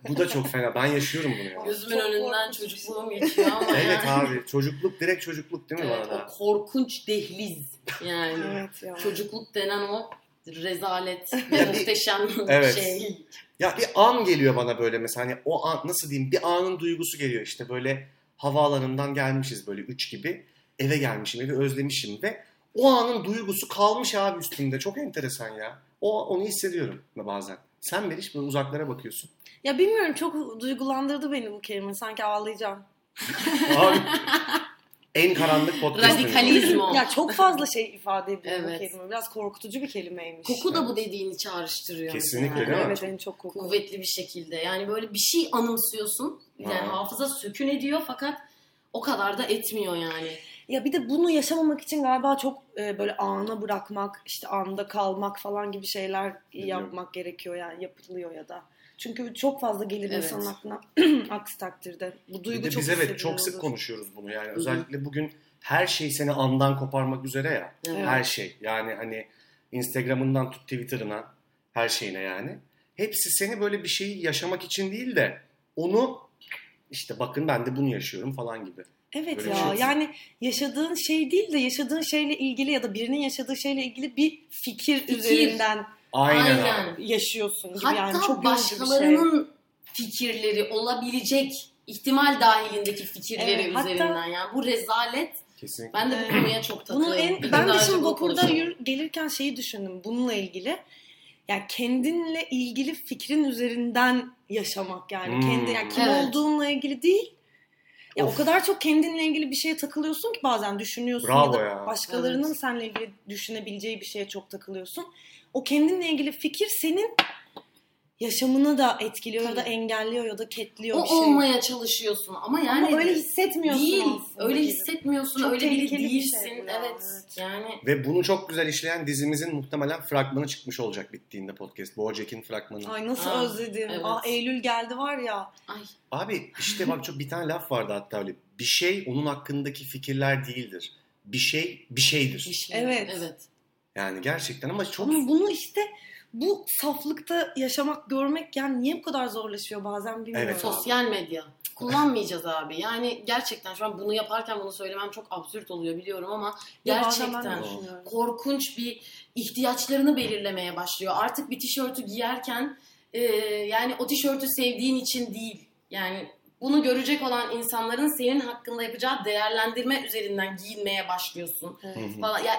S1: Bu da çok fena. Ben yaşıyorum bunu ya.
S3: gözümün
S2: Çok
S3: önünden
S2: korkunç bir şey.
S3: çocukluğum geçiyor ama
S1: Evet
S3: yani.
S1: abi çocukluk direkt çocukluk değil mi
S3: Evet,
S1: bana da?
S3: o korkunç dehliz yani.
S2: evet ya.
S3: Çocukluk denen o rezalet ve
S1: Ya bir-
S3: muhteşem
S1: Evet.
S3: şey.
S1: Ya bir an geliyor bana böyle mesela hani o an nasıl diyeyim bir anın duygusu geliyor işte böyle havaalanından gelmişiz böyle 3 gibi eve gelmişim evi özlemişim ve o anın duygusu kalmış abi üstümde çok enteresan ya. O onu hissediyorum bazen. Sen Meriç böyle uzaklara bakıyorsun.
S2: Ya bilmiyorum çok duygulandırdı beni bu kelime. Sanki ağlayacağım.
S1: Abi, en karanlık podcast.
S3: Radikalizm o.
S2: Ya çok fazla şey ifade ediyor bu
S3: Evet.
S2: kelime. Biraz korkutucu bir kelimeymiş.
S3: Koku da bu dediğini çağrıştırıyor.
S1: Kesinlikle
S3: mesela.
S1: değil mi?
S2: Evet en çok koku.
S3: Kuvvetli bir şekilde. Yani böyle bir şey anımsıyorsun. Yani
S1: Ha.
S3: hafıza sökün ediyor fakat o kadar da etmiyor yani.
S2: Ya bir de bunu yaşamamak için galiba çok e, böyle ana bırakmak, işte anda kalmak falan gibi şeyler
S1: Biliyorum.
S2: yapmak gerekiyor yani yapılıyor ya da. Çünkü çok fazla gelir
S3: Evet.
S2: insanın aklına aksi takdirde. Bu
S1: Bir
S2: duygu
S1: de
S2: çok
S1: biz evet
S2: hissediyoruz.
S1: çok sık konuşuyoruz bunu yani
S3: hı.
S1: özellikle bugün her şey seni andan koparmak üzere ya.
S3: Evet.
S1: Her şey. Yani hani Instagram'ından tut Twitter'ına her şeyine yani. Hepsi seni böyle bir şeyi yaşamak için değil de onu işte bakın ben de bunu yaşıyorum falan gibi.
S2: Evet
S1: Böyle
S2: ya
S1: bir şey yok.
S2: yani yaşadığın şey değil de yaşadığın şeyle ilgili ya da birinin yaşadığı şeyle ilgili bir fikir,
S3: Fikir.
S2: üzerinden
S1: Aynen,
S3: Aynen.
S1: abi.
S2: yaşıyorsun gibi
S3: Hatta
S2: yani çok yorucu bir şey.
S3: başkalarının fikirleri olabilecek ihtimal dahilindeki fikirleri
S2: Evet, hatta-
S3: üzerinden yani bu rezalet
S1: Kesinlikle.
S3: ben de
S2: Evet.
S3: bu konuya çok takığım.
S2: Bunu Ee, en,
S3: Bir
S2: ben
S3: gün
S2: de
S3: daha
S2: şimdi
S3: önce bu
S2: vapurda
S3: konuşalım.
S2: yürü- gelirken şeyi düşündüm bununla ilgili. Yani kendinle ilgili fikrin üzerinden yaşamak yani.
S1: Hmm.
S2: Kendi, yani kim
S3: Evet.
S2: olduğunla ilgili değil. Ya
S1: Of.
S2: o kadar çok kendinle ilgili bir şeye takılıyorsun ki bazen düşünüyorsun
S1: Bravo
S2: ya da
S1: ya.
S2: başkalarının
S3: Evet.
S2: seninle ilgili düşünebileceği bir şeye çok takılıyorsun. O kendinle ilgili fikir senin yaşamını da etkiliyor ya da
S3: Tabii.
S2: engelliyor ya da ketliyor
S3: O
S2: bir şey.
S3: olmaya çalışıyorsun ama yani
S2: Ama öyle hissetmiyorsun
S3: değil.
S2: aslında
S3: Öyle
S2: gibi.
S3: hissetmiyorsun.
S2: Çok
S3: öyle biri
S2: tehlikeli bir şey
S3: değilsin.
S2: bu ya,
S3: evet.
S2: evet.
S3: Yani
S1: Ve bunu çok güzel işleyen dizimizin muhtemelen fragmanı çıkmış olacak bittiğinde podcast. BoJack'in fragmanı.
S2: Ay nasıl
S3: Aa,
S2: özledim.
S3: evet.
S2: Aa Eylül geldi var ya.
S3: ay
S1: Abi işte bak çok bir tane laf vardı hatta öyle. Bir şey onun hakkındaki fikirler değildir. Bir şey bir
S3: bir
S1: şeydir.
S3: şey.
S2: Evet.
S3: Evet.
S1: Yani gerçekten ama çok
S2: Ama bunu işte bu saflıkta yaşamak, görmek yani niye bu kadar zorlaşıyor bazen bilmiyorum.
S1: Evet.
S3: Sosyal medya. Kullanmayacağız abi. Yani gerçekten şu an bunu yaparken bunu söylemem çok absürt oluyor biliyorum ama
S2: Ya bazen ben de
S3: gerçekten
S2: düşünüyorum.
S3: korkunç bir ihtiyaçlarını belirlemeye başlıyor. Artık bir tişörtü giyerken e, yani o tişörtü sevdiğin için değil. Yani bunu görecek olan insanların senin hakkında yapacağı değerlendirme üzerinden giyinmeye başlıyorsun
S1: Hı hı.
S3: falan. Ya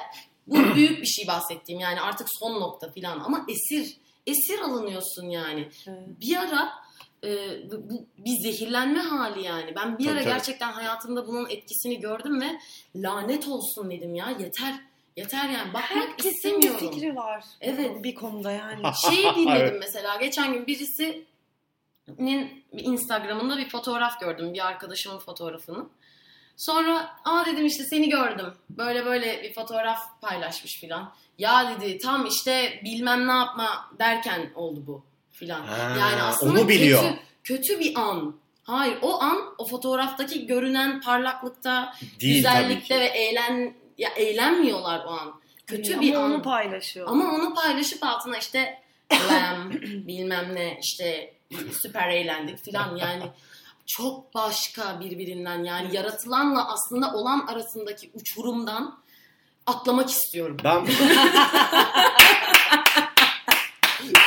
S3: bu büyük bir şey bahsettiğim yani artık son nokta falan ama esir esir alınıyorsun yani.
S2: Evet.
S3: Bir ara e, bu bu bir zehirlenme hali yani. Ben bir
S1: Tabii,
S3: ara
S1: tabii.
S3: gerçekten hayatımda bunun etkisini gördüm ve lanet olsun dedim ya yeter. Yeter yani bakmak
S2: Herkesin bir
S3: istemiyorum.
S2: fikri var.
S3: Evet.
S2: Bir konuda yani.
S3: Şeyi dinledim
S1: Evet.
S3: mesela. Geçen gün birisinin Instagram'ında bir fotoğraf gördüm. Bir arkadaşımın fotoğrafını. Sonra aa dedim işte seni gördüm. Böyle böyle bir fotoğraf paylaşmış filan. Ya dedi tam işte bilmem ne yapma derken oldu bu filan.
S1: Ha,
S3: yani aslında
S1: onu biliyor.
S3: Kötü, kötü bir an. Hayır o an o fotoğraftaki görünen parlaklıkta,
S1: değil tabii ki.
S3: güzellikte ve eğlen ya eğlenmiyorlar o an. Kötü
S2: Ama
S3: bir an.
S2: onu paylaşıyor.
S3: Ama onu paylaşıp altına işte glam, bilmem ne işte süper eğlendik filan yani çok başka birbirinden yani yaratılanla aslında olan arasındaki uçurumdan atlamak istiyorum.
S1: Ben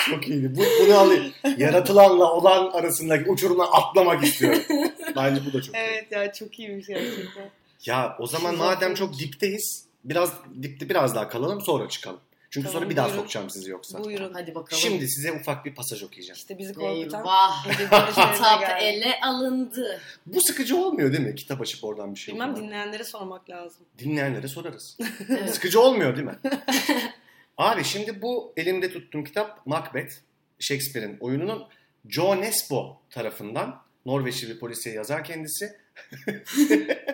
S1: Çok iyiydi. Bu, bunu alayım. Yaratılanla olan arasındaki uçuruma atlamak istiyorum. Bence bu da çok iyi.
S2: Evet ya çok iyiymiş gerçekten.
S1: Ya o zaman
S2: Şizofren.
S1: madem çok dipteyiz, biraz dipte biraz daha kalalım sonra çıkalım. Çünkü
S2: Tamam,
S1: sonra bir daha
S2: buyurun.
S1: sokacağım sizi yoksa.
S2: Buyurun.
S3: Hadi bakalım.
S1: Şimdi size ufak bir pasaj okuyacağım.
S2: İşte bizi korkutan.
S3: Eyvah. Kitap
S2: Kitap el.
S3: ele alındı.
S1: Bu sıkıcı olmuyor değil mi? Kitap açıp oradan bir şey
S2: Bilmem
S1: okumak.
S2: dinleyenlere sormak lazım.
S1: Dinleyenlere sorarız.
S3: Evet.
S1: Sıkıcı olmuyor değil mi? Abi şimdi bu elimde tuttuğum kitap Macbeth, Shakespeare'in oyununun Joe Nesbo tarafından Norveçli bir polisiye yazar kendisi.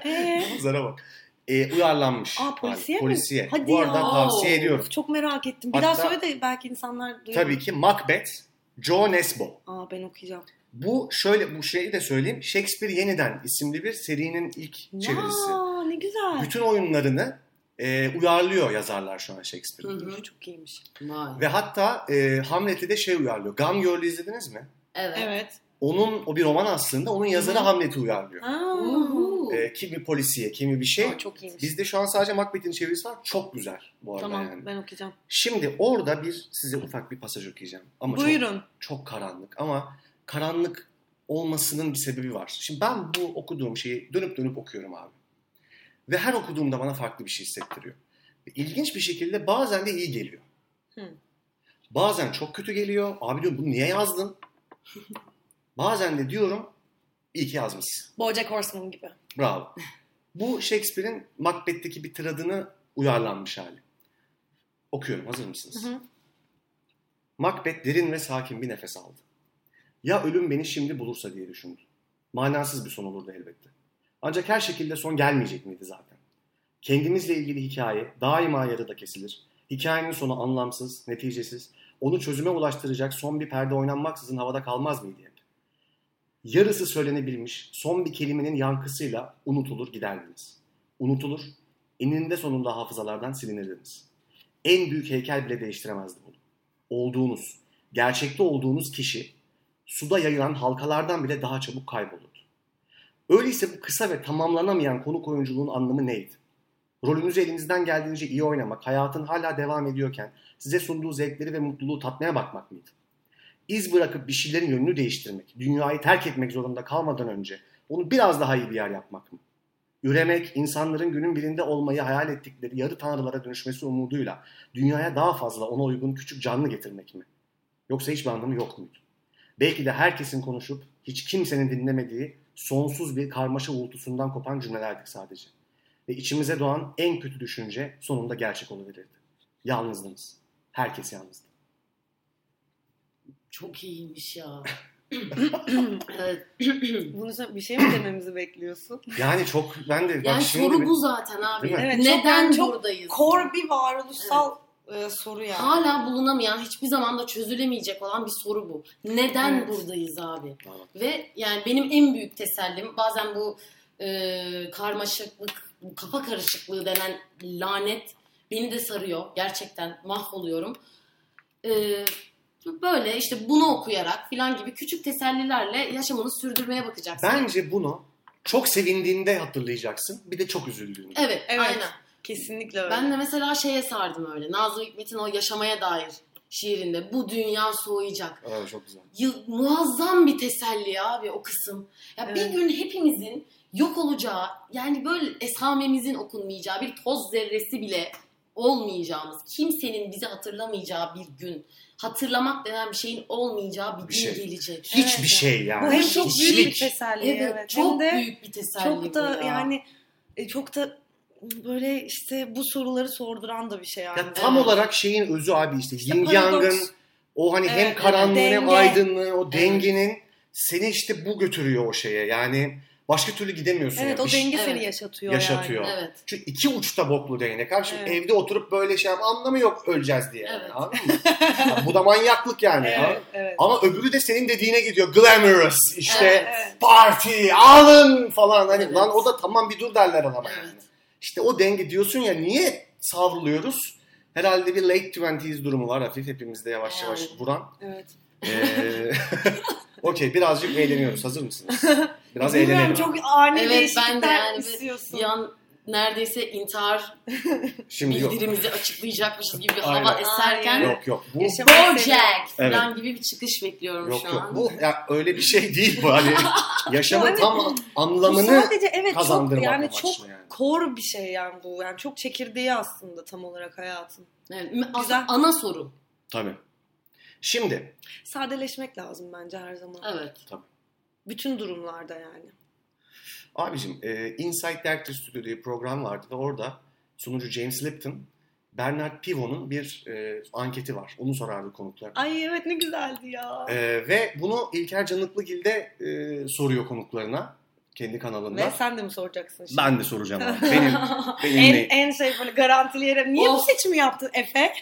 S2: Eee?
S1: Zara bak. Ee, uyarlanmış.
S2: Aa, polisiye mi?
S1: Polisiye.
S2: Hadi
S1: bu arada
S2: ya.
S1: tavsiye ediyorum.
S2: Of, çok merak ettim. Bir
S1: Hatta-
S2: daha söyle de belki insanlar duyar.
S1: Tabii ki Macbeth, Joe Nesbo.
S2: Aa ben okuyacağım.
S1: Bu şöyle bu şeyi de söyleyeyim. Shakespeare Yeniden isimli bir serinin ilk çevirisi.
S2: Aa ne güzel.
S1: Bütün oyunlarını e, uyarlıyor yazarlar şu an Shakespeare'in.
S3: Hı hı.
S2: Çok iyiymiş.
S3: Vay.
S1: Ve hatta e, Hamlet'i de şey uyarlıyor. Gone Girl'ü izlediniz mi?
S3: Evet.
S2: Evet.
S1: Onun o bir roman aslında. Onun yazarı
S3: Hı.
S1: Hamlet'i uyarlıyor.
S2: Aa.
S3: Uhu.
S2: Ee,
S1: E, kimi polisiye, kimi bir şey.
S2: Aa, çok iyiymiş.
S1: Bizde şu an sadece Macbeth'in çevirisi var. Çok güzel bu arada
S2: Tamam
S1: yani.
S2: ben okuyacağım.
S1: Şimdi orada bir size ufak bir pasaj okuyacağım. Ama çok
S2: Buyurun.
S1: çok karanlık ama karanlık olmasının bir sebebi var. Şimdi ben bu okuduğum şeyi dönüp dönüp okuyorum abi. Ve her okuduğumda bana farklı bir şey hissettiriyor. Ve ilginç bir şekilde bazen de iyi geliyor.
S2: Hı.
S1: Bazen çok kötü geliyor. Abi diyorum bunu niye yazdın? bazen de diyorum iyi ki yazmışsın.
S2: Bojack Horseman gibi.
S1: Bravo. Bu Shakespeare'in Macbeth'teki bir tiradını uyarlanmış hali. Okuyorum hazır mısınız?
S2: Hı hı.
S1: Macbeth derin ve sakin bir nefes aldı. Ya ölüm beni şimdi bulursa diye düşündü. Manasız bir son olurdu elbette. Ancak her şekilde son gelmeyecek miydi zaten? Kendimizle ilgili hikaye daima yarıda kesilir. Hikayenin sonu anlamsız, neticesiz, onu çözüme ulaştıracak son bir perde oynanmaksızın havada kalmaz mıydı hep? Yarısı söylenebilmiş, son bir kelimenin yankısıyla unutulur giderdiniz. Unutulur, eninde sonunda hafızalardan silinirdiniz. En büyük heykel bile değiştiremezdi bunu olduğunuz, gerçekte olduğunuz kişi suda yayılan halkalardan bile daha çabuk kaybolurdu. Öyleyse bu kısa ve tamamlanamayan konuk oyunculuğun anlamı neydi? Rolünüzü elinizden geldiğince iyi oynamak, hayatın hala devam ediyorken size sunduğu zevkleri ve mutluluğu tatmaya bakmak mıydı? İz bırakıp bir şeylerin yönünü değiştirmek, dünyayı terk etmek zorunda kalmadan önce onu biraz daha iyi bir yer yapmak mı? Üremek, insanların günün birinde olmayı hayal ettikleri yarı tanrılara dönüşmesi umuduyla dünyaya daha fazla ona uygun küçük canlı getirmek mi? Yoksa hiçbir anlamı yok muydu? Belki de herkesin konuşup hiç kimsenin dinlemediği sonsuz bir karmaşa uğultusundan kopan cümlelerdik sadece. Ve içimize doğan en kötü düşünce sonunda gerçek oluverirdi. Yalnızdınız. Herkes yalnızdı.
S3: Çok iyiymiş ya. evet.
S2: Bunu sen- bir şey mi dememizi bekliyorsun?
S1: Yani çok ben de bak
S3: Yani
S1: şimdi
S3: soru
S1: bir-
S3: bu zaten abi.
S1: Değil mi?
S2: şey Evet, çok-
S3: Neden
S2: yani çok
S3: buradayız?
S2: Kor bir varoluşsal e, soru yani.
S3: Hala bulunamayan, hiçbir zaman da çözülemeyecek olan bir soru bu. Neden
S2: Evet.
S3: buradayız abi?
S1: Tamam.
S3: Ve yani benim en büyük tesellim bazen bu e, karmaşıklık, bu kafa karışıklığı denen lanet beni de sarıyor. Gerçekten mahvoluyorum. E, böyle işte bunu okuyarak filan gibi küçük tesellilerle yaşamını sürdürmeye bakacaksın.
S1: Bence bunu çok sevindiğinde hatırlayacaksın. Bir de çok üzüldüğünde.
S3: Evet,
S2: Evet.
S3: aynen.
S2: Kesinlikle öyle.
S3: Ben de mesela şeye sardım öyle. Nazım Hikmet'in o yaşamaya dair şiirinde bu dünya soğuyacak.
S1: Evet, çok güzel.
S3: Yıl- muazzam bir teselli abi o kısım. Ya bir
S2: Evet.
S3: gün hepimizin yok olacağı, yani böyle esamemizin okunmayacağı, bir toz zerresi bile olmayacağımız, kimsenin bizi hatırlamayacağı bir gün, hatırlamak denen bir şeyin olmayacağı bir,
S1: Bir
S3: gün
S1: şey.
S3: gelecek.
S1: Hiçbir
S2: Evet.
S1: şey yani. şey.
S2: bu hem çok büyük bir
S1: Hiçlik.
S2: teselli.
S3: Evet,
S2: Evet,
S3: çok
S2: Hem de
S3: büyük bir teselli
S2: çok
S3: bu
S2: da
S3: ya.
S2: yani e, çok da böyle işte bu soruları sorduran da bir şey yani.
S1: Ya tam
S3: Evet.
S1: olarak şeyin özü abi işte,
S2: İşte
S1: yin
S2: paradoks.
S1: yangın o hani hem
S2: Evet,
S1: karanlığı hem
S2: denge.
S1: aydınlığı o
S3: Evet.
S1: dengenin seni işte bu götürüyor o şeye yani başka türlü gidemiyorsun.
S2: Evet
S1: yani.
S2: o
S1: Bir şey-
S2: denge seni
S3: Evet.
S2: yaşatıyor,
S1: Yaşatıyor.
S3: Evet.
S1: Çünkü iki uçta boklu değnek abi. Şimdi
S2: Evet.
S1: evde oturup böyle şey yap anlamı yok öleceğiz diye.
S3: Evet.
S1: Evet. Anladın mı? Ya bu da manyaklık yani.
S2: yani.
S1: anladın mı?
S2: Evet, evet.
S1: Ama öbürü de senin dediğine gidiyor. Glamorous işte
S3: Evet.
S2: Evet.
S1: parti alın falan. Hani
S3: Evet.
S1: lan o da tamam bir dur derler ama yani.
S3: Evet.
S1: İşte o denge diyorsun ya niye savruluyoruz? Herhalde bir late 20s durumu var hafif hepimizde yavaş yavaş
S3: Yani.
S1: vuran.
S2: evet.
S1: Ee, Okey birazcık eğleniyoruz. Hazır mısınız? Biraz
S2: Bilmiyorum,
S1: eğlenelim.
S2: çok ani
S3: Evet,
S2: değişiklikler
S3: ben de yani bir-
S2: istiyorsun.
S3: Bir an neredeyse intihar
S1: Şimdi yok.
S3: bildirimizi açıklayacakmışız gibi bir
S1: Aynen.
S3: hava eserken
S1: Yok yok. Bu,
S2: Yaşam-
S3: Bojack falan
S1: Evet.
S3: gibi bir çıkış bekliyorum
S1: yok
S3: şu
S1: yok.
S3: an.
S1: Bu ya, öyle bir şey değil bu. Hani yaşamın
S2: Yani-
S1: tam
S2: Bu
S1: anlamını
S2: sadece evet çok
S1: kazandırmak
S2: yani
S1: amaçlı
S2: çok
S1: yani.
S2: kor bir şey yani bu. Yani çok çekirdeği aslında tam olarak hayatın.
S3: Evet, aslında
S2: Güzel.
S3: ana soru.
S1: Tabii. Şimdi
S2: Sadeleşmek lazım bence her zaman.
S3: Evet.
S2: Bütün durumlarda yani.
S1: abicim e, Inside Director Studio diye bir program vardı ve orada sunucu James Lipton Bernard Pivot'un bir e, anketi var. Onu sorardı konuklar.
S2: Ay evet ne güzeldi ya.
S1: E, ve bunu İlker Canıklıgil de e, soruyor konuklarına kendi kanalında.
S2: Ve sen de mi soracaksın şimdi?
S1: Ben de soracağım abi. Benim, benim
S2: En,
S1: de-
S2: en şey böyle garantili yere niye bu
S3: Of.
S2: seçimi yaptın Efe?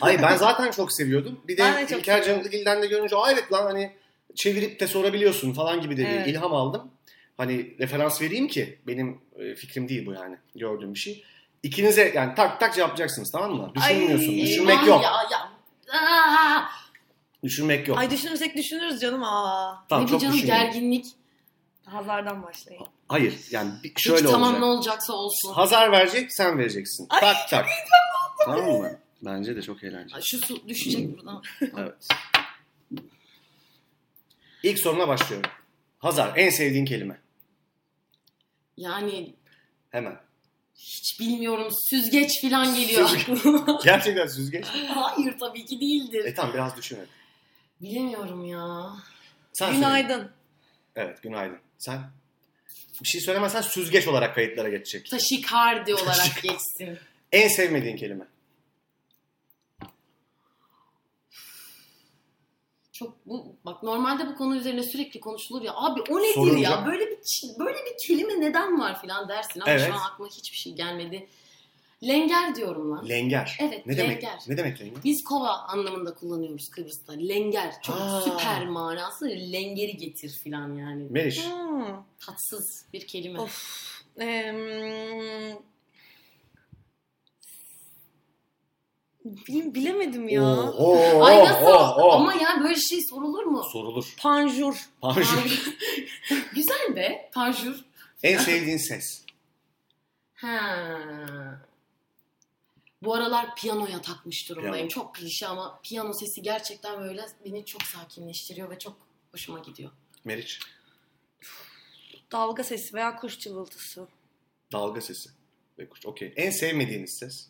S1: Hayır ben zaten çok seviyordum. Bir de,
S2: Ben de çok
S1: İlker Canıklıgil'den de görünce "Aa, evet lan hani çevirip de sorabiliyorsun falan gibi de bir
S2: Evet.
S1: ilham aldım. Hani referans vereyim ki benim e, fikrim değil bu yani gördüğüm bir şey. İkinize yani tak tak cevaplayacaksınız tamam mı? Düşünmüyorsun.
S2: Ay,
S1: düşünmek
S3: Ay
S1: yok.
S3: Ya, ya. Ah! Aa,
S1: Düşünmek yok.
S2: Ay düşünürsek düşünürüz canım aa.
S1: tamam
S3: ne
S1: çok
S3: bir canım
S1: düşünmeyin.
S3: gerginlik.
S2: Hazardan başlayın.
S1: Hayır yani bir-
S3: Hiç
S1: şöyle
S3: tamam
S1: olacak.
S3: ne olacaksa olsun.
S1: Hazar verecek sen vereceksin. tak tak. Tamam mı? Bence de çok eğlenceli.
S3: Ay, Şu su düşecek buradan.
S1: Evet. İlk soruna başlıyorum. Hazar en sevdiğin kelime.
S3: Yani
S1: Hemen.
S3: hiç bilmiyorum süzgeç falan geliyor
S1: Süzgeç.
S3: aklıma.
S1: Gerçekten süzgeç.
S3: Hayır tabii ki değildir.
S1: E tamam biraz düşünelim.
S3: Bilemiyorum ya.
S1: Sen söyle.
S2: Günaydın.
S1: Evet günaydın. Sen bir şey söylemezsen süzgeç olarak kayıtlara geçecek.
S3: Taşikardi olarak geçsin.
S1: En sevmediğin kelime.
S3: Çok bu bak normalde bu konu üzerine sürekli konuşulur ya. Abi o nedir
S1: Sorunca.
S3: ya? Böyle bir çi- böyle bir kelime neden var filan dersin ama
S1: Evet.
S3: şu an aklıma hiçbir şey gelmedi. Lenger diyorum lan.
S1: Lenger.
S3: Evet,
S1: ne demek?
S3: lenger.
S1: Ne demek lenger?
S3: Biz kova anlamında kullanıyoruz Kıbrıs'ta. Lenger. Çok
S1: Ha.
S3: süper manası. Lengeri getir filan yani.
S1: Meriç.
S2: Hmm.
S3: Tatsız bir kelime.
S2: Of. Em, Bil- bilemedim ya.
S1: Oho,
S3: Ay nasıl?
S1: oho.
S3: Ama ya böyle şey sorulur mu?
S1: Sorulur.
S2: Panjur.
S1: Panjur.
S3: Panjur. Güzel be. Panjur.
S1: en sevdiğin ses.
S3: Ha. Bu aralar piyanoya takmış durumdayım.
S1: Piyano.
S3: Çok klişe ama piyano sesi gerçekten böyle beni çok sakinleştiriyor ve çok hoşuma gidiyor.
S1: Meriç.
S2: Dalga sesi veya kuş cıvıltısı.
S1: Dalga sesi. Ve kuş. Okey. En sevmediğiniz ses.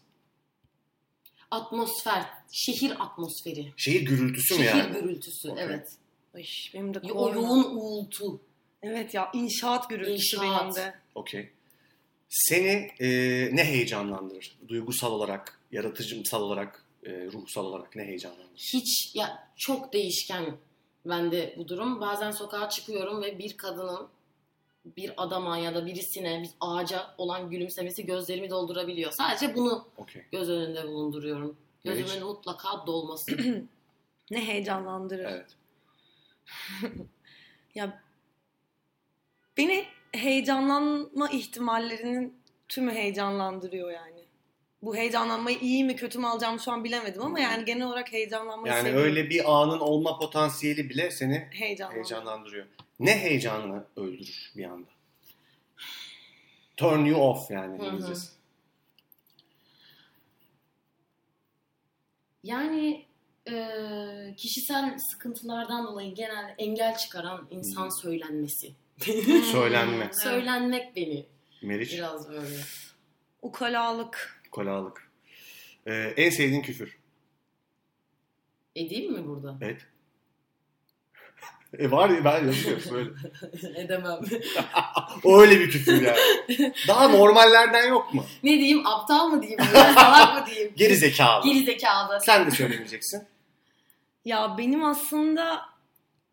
S3: Atmosfer, şehir atmosferi.
S1: Şehir gürültüsü mü
S3: şehir
S1: yani?
S3: gürültüsü,
S1: Okey.
S3: evet.
S2: Ay benim de
S3: O
S2: korna.
S3: yoğun uğultu.
S2: Evet ya inşaat gürültüsü
S3: İnşaat.
S2: benim de.
S1: Okey. Seni e, ne heyecanlandırır? Duygusal olarak, yaratıcımsal olarak, e, ruhsal olarak ne heyecanlandı?
S3: Hiç ya çok değişken bende bu durum. Bazen sokağa çıkıyorum ve bir kadının bir adama ya da birisine bir ağaca olan gülümsemesi gözlerimi doldurabiliyor. Sadece bunu
S1: Okey.
S3: göz önünde bulunduruyorum. Gözümün
S1: Evet.
S3: mutlaka dolması.
S2: Ne heyecanlandırır.
S1: Evet.
S2: Ya beni heyecanlanma ihtimallerinin tümü heyecanlandırıyor yani. Bu heyecanlanmayı iyi mi kötü mü alacağımı şu an bilemedim ama yani genel olarak heyecanlanmayı
S1: Yani
S2: seviyorum.
S1: öyle bir anın olma potansiyeli bile seni
S2: heyecanlanma.
S1: heyecanlandırıyor. Ne heyecanını öldürür bir anda? Turn you off yani
S3: Hı hı.
S1: İngilizcesi.
S3: Yani eee, kişisel sıkıntılardan dolayı genel engel çıkaran insan
S1: Hmm.
S3: söylenmesi.
S2: Hmm.
S1: Söylenme.
S3: Söylenmek beni
S1: Meriç,
S3: biraz böyle.
S2: Ukalalık.
S1: kolalık. Ee, en sevdiğin küfür.
S3: Edeyim mi burada?
S1: Evet. E var ya ben yazıyorum böyle.
S3: Edemem.
S1: Öyle bir küfür yani. Daha normallerden yok mu?
S3: ne diyeyim? Aptal mı diyeyim? Böyle Salak mı diyeyim?
S1: Geri zekalı.
S3: Geri zekalı.
S1: Sen de söylemeyeceksin.
S2: Ya benim aslında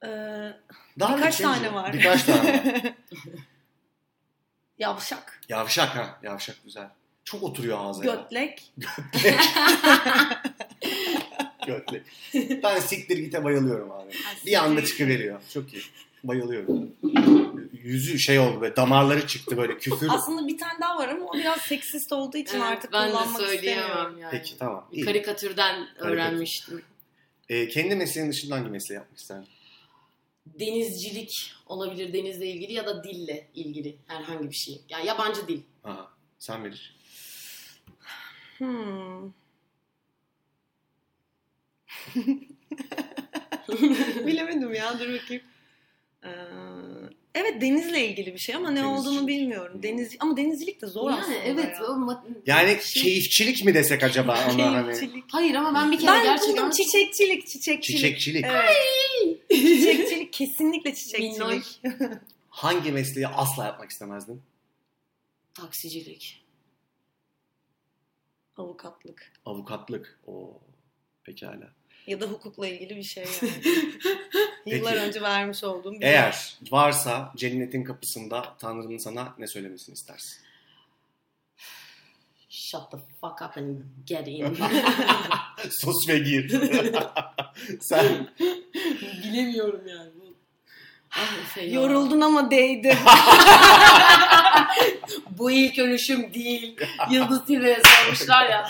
S2: e,
S1: Daha
S2: Birkaç
S1: bir şey
S2: tane var.
S1: Birkaç tane var.
S2: Yavşak,
S1: Yavşak ha. Yavşak güzel. Çok oturuyor ağza. ya.
S2: götlek.
S1: Götle. Ben siktir gite bayılıyorum abi. Bir anda çıkıveriyor. Çok iyi. Bayılıyorum. Yüzü şey oldu böyle damarları çıktı böyle küfür.
S2: Aslında bir tane daha var ama o biraz seksist olduğu için
S3: Evet,
S2: artık
S3: ben de
S2: kullanmak istemiyorum.
S3: söyleyemem yani.
S1: Peki tamam.
S3: Bir
S1: İyi.
S3: Karikatürden öğrenmiştim.
S1: Ee, kendi mesleğin dışında hangi mesleği yapmak isterdin?
S3: Denizcilik olabilir denizle ilgili ya da dille ilgili herhangi bir şey. Yani yabancı dil.
S1: Ha, sen verir.
S2: Hmm. Bilemedim ya dur bakayım. Ee, evet denizle ilgili bir şey ama ne
S1: Denizcilik.
S2: olduğunu bilmiyorum. Deniz ama denizcilik de zor
S3: yani
S2: aslında.
S3: evet.
S2: ya.
S3: o ma-
S1: Yani
S3: Şey-
S1: keyifçilik mi desek acaba ona hani?
S2: Keyifçilik.
S3: Hayır ama ben bir kere
S2: Ben
S3: gerçekten
S2: buldum çiçekçilik, çiçekçilik.
S1: Çiçekçilik.
S2: Evet. çiçekçilik kesinlikle çiçekçilik.
S3: minnoş
S1: Hangi mesleği asla yapmak istemezdin?
S3: taksicilik.
S2: Avukatlık
S1: Avukatlık. O pekala.
S2: ya da hukukla ilgili bir şey yani. Yıllar
S1: Peki.
S2: önce vermiş olduğum bir
S1: Eğer varsa cennetin kapısında Tanrı'nın sana ne söylemesini istersin?
S3: Shut the fuck up and get in.
S1: Sus ve gir. Sen
S3: Bilemiyorum yani. bu. Ah, Efe ya.
S2: şey. Yoruldun ama değdi.
S3: Bu ilk ölüşüm değil. Yıldız Tilbe'ye sormuşlar ya.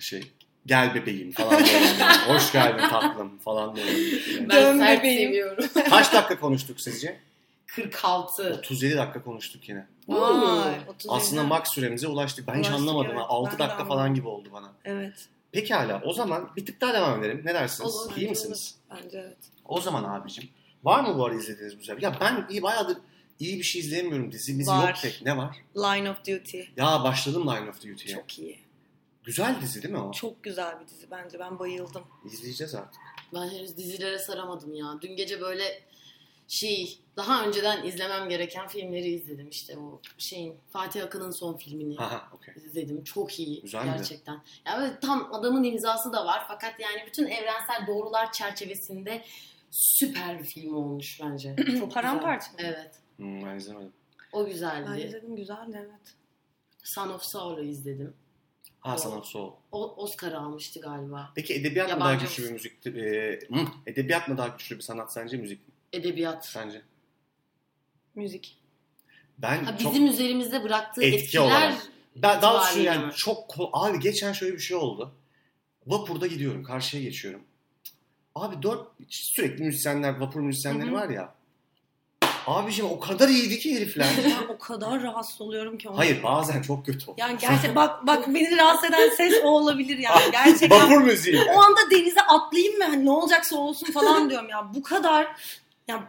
S1: şey gel bebeğim falan böyle. Hoş geldin tatlım falan böyle.
S3: Ben
S2: Dön
S3: sert
S2: bebeğim.
S3: seviyorum.
S1: Kaç dakika konuştuk sizce?
S3: 46.
S1: 37 dakika konuştuk yine.
S2: Vay, 37.
S1: Aslında max süremize ulaştık. Ben hiç
S2: Ulaştık,
S1: anlamadım.
S2: evet.
S1: ha. 6
S2: Ben de
S1: dakika falan
S2: anlamadım.
S1: gibi oldu bana.
S2: Evet.
S1: Pekala o zaman bir tık daha devam edelim. Ne dersiniz?
S3: Olur,
S1: İyi
S2: bence
S1: misiniz?
S2: Bence evet.
S1: O zaman abicim var mı bu arada izlediğiniz güzel? Ya ben iyi bayağıdır iyi bir şey izleyemiyorum dizimiz yok
S2: Var.
S1: pek. Ne var?
S2: Line of Duty.
S1: Ya başladım Line of Duty'ye.
S2: Çok iyi.
S1: Güzel dizi değil mi o?
S2: Çok güzel bir dizi bence. Ben bayıldım.
S1: İzleyeceğiz artık.
S3: Ben henüz dizilere saramadım ya. Dün gece böyle şey daha önceden izlemem gereken filmleri izledim işte o şeyin Fatih Akın'ın son filmini
S1: Aha, okey.
S3: izledim. Çok iyi
S1: Güzel mi?
S3: gerçekten. Ya böyle tam adamın imzası da var fakat yani bütün evrensel doğrular çerçevesinde süper bir film olmuş bence. Çok güzel.
S2: Paramparça mı?
S3: Evet.
S1: Hmm, ben izlemedim.
S3: O
S2: Ben
S3: güzeldi.
S2: izledim güzeldi evet.
S3: Son of Saul'u izledim.
S1: Ha Sanat Soul.
S3: O Oscar almıştı galiba.
S1: Peki edebiyat mı daha
S3: Yabancı
S1: güçlü bir müzik? e, hı, edebiyat mı daha güçlü bir sanat sence müzik mi?
S3: Edebiyat.
S1: Sence?
S2: Müzik.
S1: Ben
S3: Ha,
S1: çok
S3: bizim üzerimizde bıraktığı
S1: Etki
S3: etkiler
S1: olarak. ben, daha doğrusu
S3: itibariyle mi?
S1: yani çok ko- abi geçen şöyle bir şey oldu. Vapurda gidiyorum, karşıya geçiyorum. Abi dört sürekli müzisyenler, vapur müzisyenleri
S2: Hı hı.
S1: var ya. Abicim o kadar iyiydi ki herifler.
S2: Ben o kadar rahatsız oluyorum ki. ondan.
S1: Hayır bazen çok kötü.
S2: Yani gerçekten bak bak beni rahatsız eden ses o olabilir yani. Gerçekten
S1: Vapur müziği.
S2: o anda denize atlayayım ve hani ne olacaksa olsun falan diyorum ya. Bu kadar ya,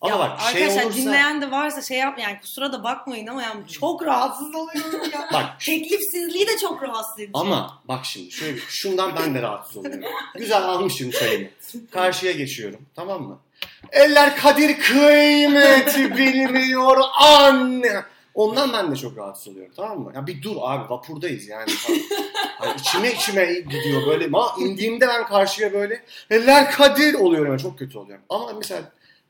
S1: Ama
S2: ya
S1: bak şey
S2: arkadaşlar
S1: olursa
S2: dinleyen de varsa şey yap yani kusura da bakmayın ama yani çok rahatsız oluyorum ya.
S1: bak
S2: Teklifsizliği de çok rahatsız edici.
S1: Ama bak şimdi şöyle şundan ben de rahatsız oluyorum. Güzel almışım çayımı. Karşıya geçiyorum tamam mı? Eller kadir kıymeti bilmiyor anne. Ondan ben de çok rahatsız oluyorum tamam mı? Ya bir dur abi vapurdayız yani. falan. Hani içime içime gidiyor böyle. Ma indiğimde ben karşıya böyle eller kadir oluyorum. Yani çok kötü oluyorum. Ama mesela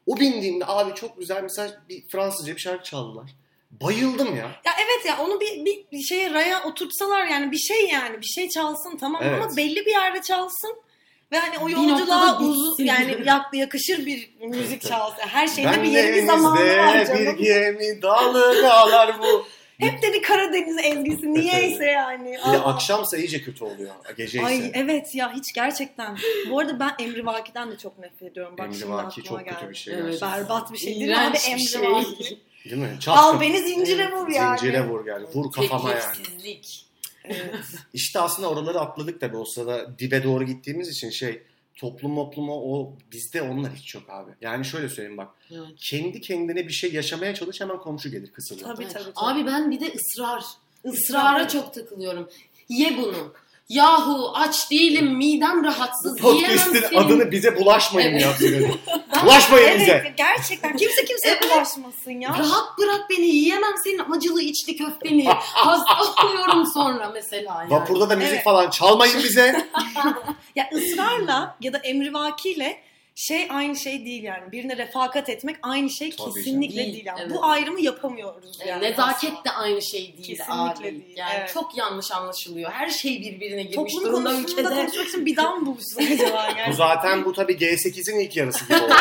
S1: o bindiğimde abi çok güzel mesela bir Fransızca bir şarkı çaldılar. Bayıldım ya.
S2: Ya evet ya onu bir, bir, bir şeye raya oturtsalar yani bir şey yani bir şey çalsın tamam
S1: Evet.
S2: ama belli bir yerde çalsın ve hani o
S3: Bir
S2: yolculuğa
S3: noktada
S2: uzun
S3: bitsin.
S2: yani yak- yakışır bir müzik çalsın. Her şeyde
S1: Ben
S2: bir
S1: de
S2: yeri bir zamanı var
S1: elimizde bir
S2: canım.
S1: gemi dalgalar bu.
S2: Hep de bir Karadeniz ezgisi niyeyse yani.
S1: Bir de
S2: Aa.
S1: akşamsa iyice kötü oluyor. Gece ise.
S2: Ay evet ya hiç gerçekten. Bu arada ben Emri Vaki'den de çok nefret ediyorum. Bak
S1: Emri
S2: şimdi
S1: Vaki
S2: aklıma
S1: çok kötü
S2: geldi.
S1: bir şey
S3: Evet.
S1: gerçekten.
S2: Berbat bir şey değil mi abi
S3: İğrenç
S2: Emri
S3: bir şey.
S2: Vaki?
S1: Değil mi?
S2: Al
S1: Çapkın.
S2: beni zincire vur yani.
S1: Zincire vur yani. Vur kafama yani.
S3: Teklifsizlik.
S2: Evet.
S1: İşte aslında oraları atladık tabii. O sırada dibe doğru gittiğimiz için şey toplum topluma o bizde onlar hiç yok abi. Yani şöyle söyleyeyim bak.
S3: Evet.
S1: Kendi kendine bir şey yaşamaya çalış hemen komşu gelir kısılır.
S2: Tabii tabii.
S3: Evet.
S2: tabii.
S3: Abi ben bir de ısrar.
S2: Israra
S3: Israra çok takılıyorum. Ye bunu. Yahu aç değilim midem rahatsız. Yiyemem
S1: Podcast'in
S3: senin.
S1: adını bize bulaşmayın
S3: Evet.
S1: ya. sürekli. bulaşmayın bize.
S2: Evet gerçekten kimse kimseye
S3: Evet.
S2: bulaşmasın ya.
S3: Rahat bırak beni yiyemem senin acılı içli köfteni. Hasta oluyorum sonra mesela. Yani.
S1: Vapurda da müzik
S2: Evet.
S1: falan çalmayın bize.
S2: Ya ısrarla ya da emrivakiyle şey aynı şey değil yani. Birine refakat etmek aynı şey
S1: Tabii
S2: kesinlikle
S3: canım.
S2: değil yani.
S3: Değil,
S2: Bu
S3: evet.
S2: ayrımı yapamıyoruz
S3: E,
S2: yani.
S3: Nezaket
S2: aslında.
S3: de aynı şey değil
S2: Kesinlikle
S3: abi.
S2: değil,
S3: Yani
S2: evet.
S3: çok yanlış anlaşılıyor. Her şey birbirine girmiş
S2: Toplum
S3: durumda
S2: konusunda
S3: ülkede.
S2: konuşmak için bir dam buluşsun acaba yani.
S1: Bu zaten bu tabii G8'in ilk yarısı gibi oldu.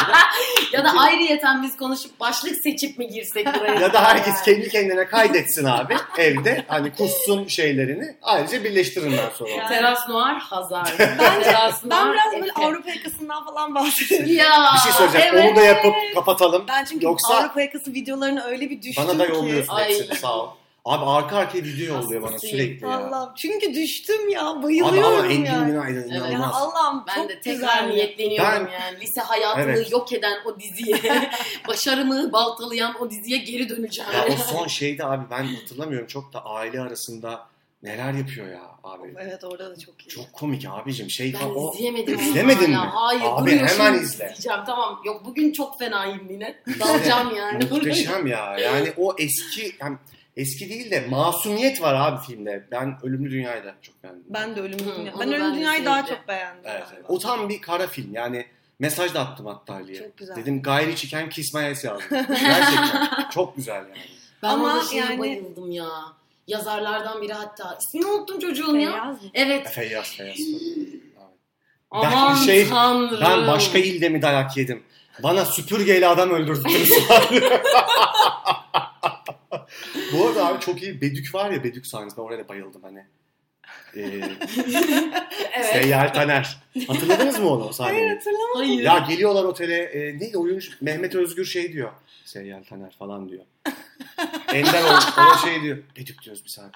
S3: Ya da ayrıyeten biz konuşup başlık seçip mi girsek buraya?
S1: ya da herkes
S3: Yani.
S1: kendi kendine kaydetsin abi evde. Hani kussun şeylerini. Ayrıca birleştirinler sonra.
S2: Ya.
S3: Teras Noir Hazar.
S2: Bence-
S3: Teras
S2: Ben
S3: Noir
S2: biraz böyle
S3: Efe.
S2: Avrupa yakasından falan bahsediyorum.
S3: Ya,
S1: Bir şey söyleyeceğim.
S3: evet.
S1: Onu da yapıp kapatalım.
S2: Ben çünkü
S1: Yoksa-
S2: Avrupa yakası videolarını öyle bir düştüm
S1: Bana da
S2: ki.
S1: yolluyorsun
S3: Ay.
S1: hepsini sağ ol. Abi arka arkaya video yolluyor bana
S3: Hastasıyım.
S1: sürekli ya.
S2: Allah'ım çünkü düştüm ya
S1: Abi
S2: bayılıyorum
S1: ama Engin
S2: yani.
S1: Günaydın inanılmaz.
S2: Ya Allah'ım
S3: Ben
S2: çok
S3: de tekrar
S2: güzel. ya.
S3: niyetleniyorum yani. Lise hayatını
S1: Evet.
S3: yok eden o diziye, başarımı baltalayan o diziye geri döneceğim.
S1: Ya o son şeyde abi ben hatırlamıyorum çok da aile arasında neler yapıyor ya abi.
S2: Evet orada da çok iyi.
S1: Çok komik abicim şey
S3: Ben
S1: falan o.
S3: izleyemedim.
S1: İzlemedin
S3: hala.
S1: mi?
S3: Hayır.
S1: Abi,
S3: duruyor
S1: hemen
S3: şimdi
S1: izle.
S3: izleyeceğim. Tamam. Yok bugün çok fenayım yine. Dalacağım yani.
S1: Muhteşem ya. Yani o eski hem eski değil de masumiyet var abi filmde. Ben Ölümlü Dünya'yı da çok beğendim.
S2: Ben de Ölüm
S3: Hı,
S2: Dünya.
S3: onu
S2: Ben
S3: ben
S2: Ölüm
S3: de
S2: Dünya'yı daha
S3: sevdim.
S2: çok beğendim.
S1: Evet, evet.
S2: galiba.
S1: O tam bir kara film. Yani mesaj da attım hatta Ali'ye.
S2: Çok güzel.
S1: Dedim gayri çeken Kismayes yazdım. Gerçekten. çok güzel yani.
S3: Ben
S2: Ama
S3: ona şeye
S2: yani-
S3: bayıldım ya. Yazarlardan biri hatta. İsmini unuttum çocuğun ya.
S2: Beyaz mı?
S3: Evet.
S1: Feyyaz Feyyaz. Ben
S3: Aman
S1: şey-
S3: tanrım.
S1: Ben başka ilde mi dayak yedim? Bana süpürgeyle adam öldürdünüz. Bu arada abi çok iyi Bedük var ya Bedük sahnesi. Ben oraya da bayıldım hani. Ee,
S2: Evet.
S1: Seyyar Taner. Hatırladınız mı onu o sahneyi?
S2: Hayır hatırlamıyorum.
S3: Hayır.
S1: Ya geliyorlar otele. E, neydi oyuncu? Mehmet Özgür şey diyor. Seyyal Taner falan diyor. Ender o, o şey diyor. Bedük diyoruz bir saniye.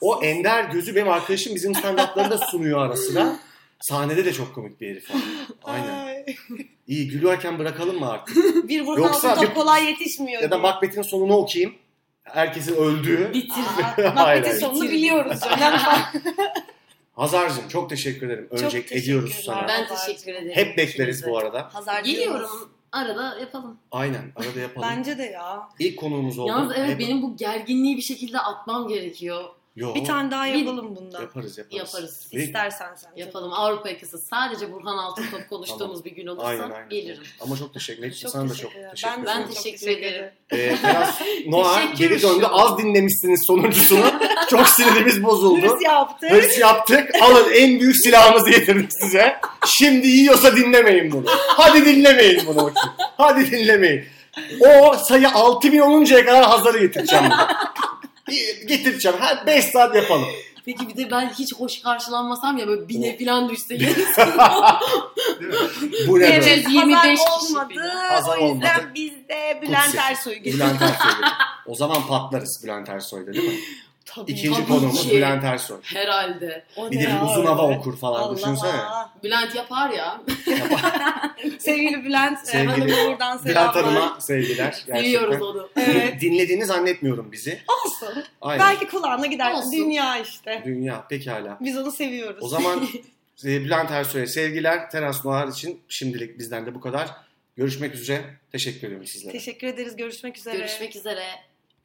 S1: o Ender gözü benim arkadaşım bizim stand-up'ları da sunuyor ara sıra. Sahnede de çok komik bir herif. Aynen.
S2: Ay.
S1: İyi gülerken bırakalım mı artık?
S2: Bir vurgun
S1: Yoksa
S2: altında
S1: bir-
S2: kolay yetişmiyor.
S1: Ya da
S2: diye.
S1: Macbeth'in sonunu okuyayım. Herkesin öldüğü.
S3: Bitir.
S2: Aa,
S1: Hayır, hayır.
S2: Macbeth'in sonunu biliyoruz. Önemli olan-
S1: Hazar'cığım çok teşekkür ederim. Ölecek
S2: teşekkürler.
S1: ediyoruz sana.
S3: Ben teşekkür ederim.
S1: Hep bekleriz bu arada.
S2: Hazar diyoruz.
S3: Geliyorum. Arada yapalım.
S1: Aynen arada yapalım.
S2: Bence de ya.
S1: İlk konuğumuz oldu.
S3: Yalnız evet
S1: Hep-
S3: benim bu gerginliği bir şekilde atmam gerekiyor.
S1: Yo,
S2: Bir tane daha
S3: Bir-
S2: yapalım bundan.
S1: yaparız yaparız.
S3: Yaparız.
S1: Bir-
S2: İstersen sen.
S3: Yapalım. Avrupa yakası sadece Burhan Altıntop konuştuğumuz
S1: Tamam.
S3: bir gün olursa
S1: Aynen aynen.
S3: gelirim.
S1: Ama çok teşekkür ederim. Sana da çok
S2: ederim.
S1: teşekkür ederim.
S3: Ben
S2: sana çok
S3: teşekkür ederim.
S1: Ee, biraz Noah
S3: Teşekkür
S1: geri döndü.
S3: şu an.
S1: Az dinlemişsiniz sonuncusunu. çok sinirimiz bozuldu.
S2: Dürüst yaptı.
S1: Hırs yaptık. Alın en büyük silahımızı getirdik size. Şimdi yiyorsa dinlemeyin bunu. Hadi dinlemeyin bunu. bakayım. Hadi dinlemeyin. O sayı 6000 oluncaya kadar hazırı getireceğim. bunu. Bir- getireceğim. Her 5 saat yapalım.
S3: Peki bir de ben hiç hoş karşılanmasam ya böyle bine
S1: O-
S3: falan düşseyim.
S1: Değil mi? Bu ne böyle?
S3: Evet.
S2: Hazar
S3: 25 kişi
S2: olmadı.
S3: falan.
S1: Hazar
S2: o yüzden
S1: olmadı.
S2: bizde Bülent
S1: Kutsi.
S2: Ersoy gibi.
S1: Bülent Ersoy'da. O zaman patlarız Bülent Ersoy'da değil mi?
S2: Tabii.
S1: İkinci
S3: Tabii
S1: konuğumuz
S3: ki.
S1: Bülent Ersoy.
S3: Herhalde.
S2: O
S1: Bir
S2: ne
S1: de
S2: ya
S1: bir uzun
S2: öyle?
S1: hava okur falan
S2: Allah
S1: düşünsene.
S2: Allah.
S3: Bülent yapar ya.
S2: Sevgili Bülent
S1: Sevgili
S2: Hanım'a buradan
S1: Bülent
S2: selamlar.
S1: Hanım'a sevgiler.
S3: Seviyoruz
S1: Gerçekten.
S3: onu.
S1: Din-
S2: Evet.
S1: Dinlediğini zannetmiyorum bizi.
S2: Olsun.
S1: Aynen.
S2: Belki kulağına gider.
S3: Olsun.
S2: Dünya işte.
S1: Dünya pekala.
S2: Biz onu seviyoruz.
S1: O zaman e, Bülent Ersoy'a sevgiler. Teras Noir için şimdilik bizden de bu kadar. Görüşmek üzere. Teşekkür ediyorum sizlere.
S2: Teşekkür ederiz. Görüşmek üzere.
S3: Görüşmek üzere.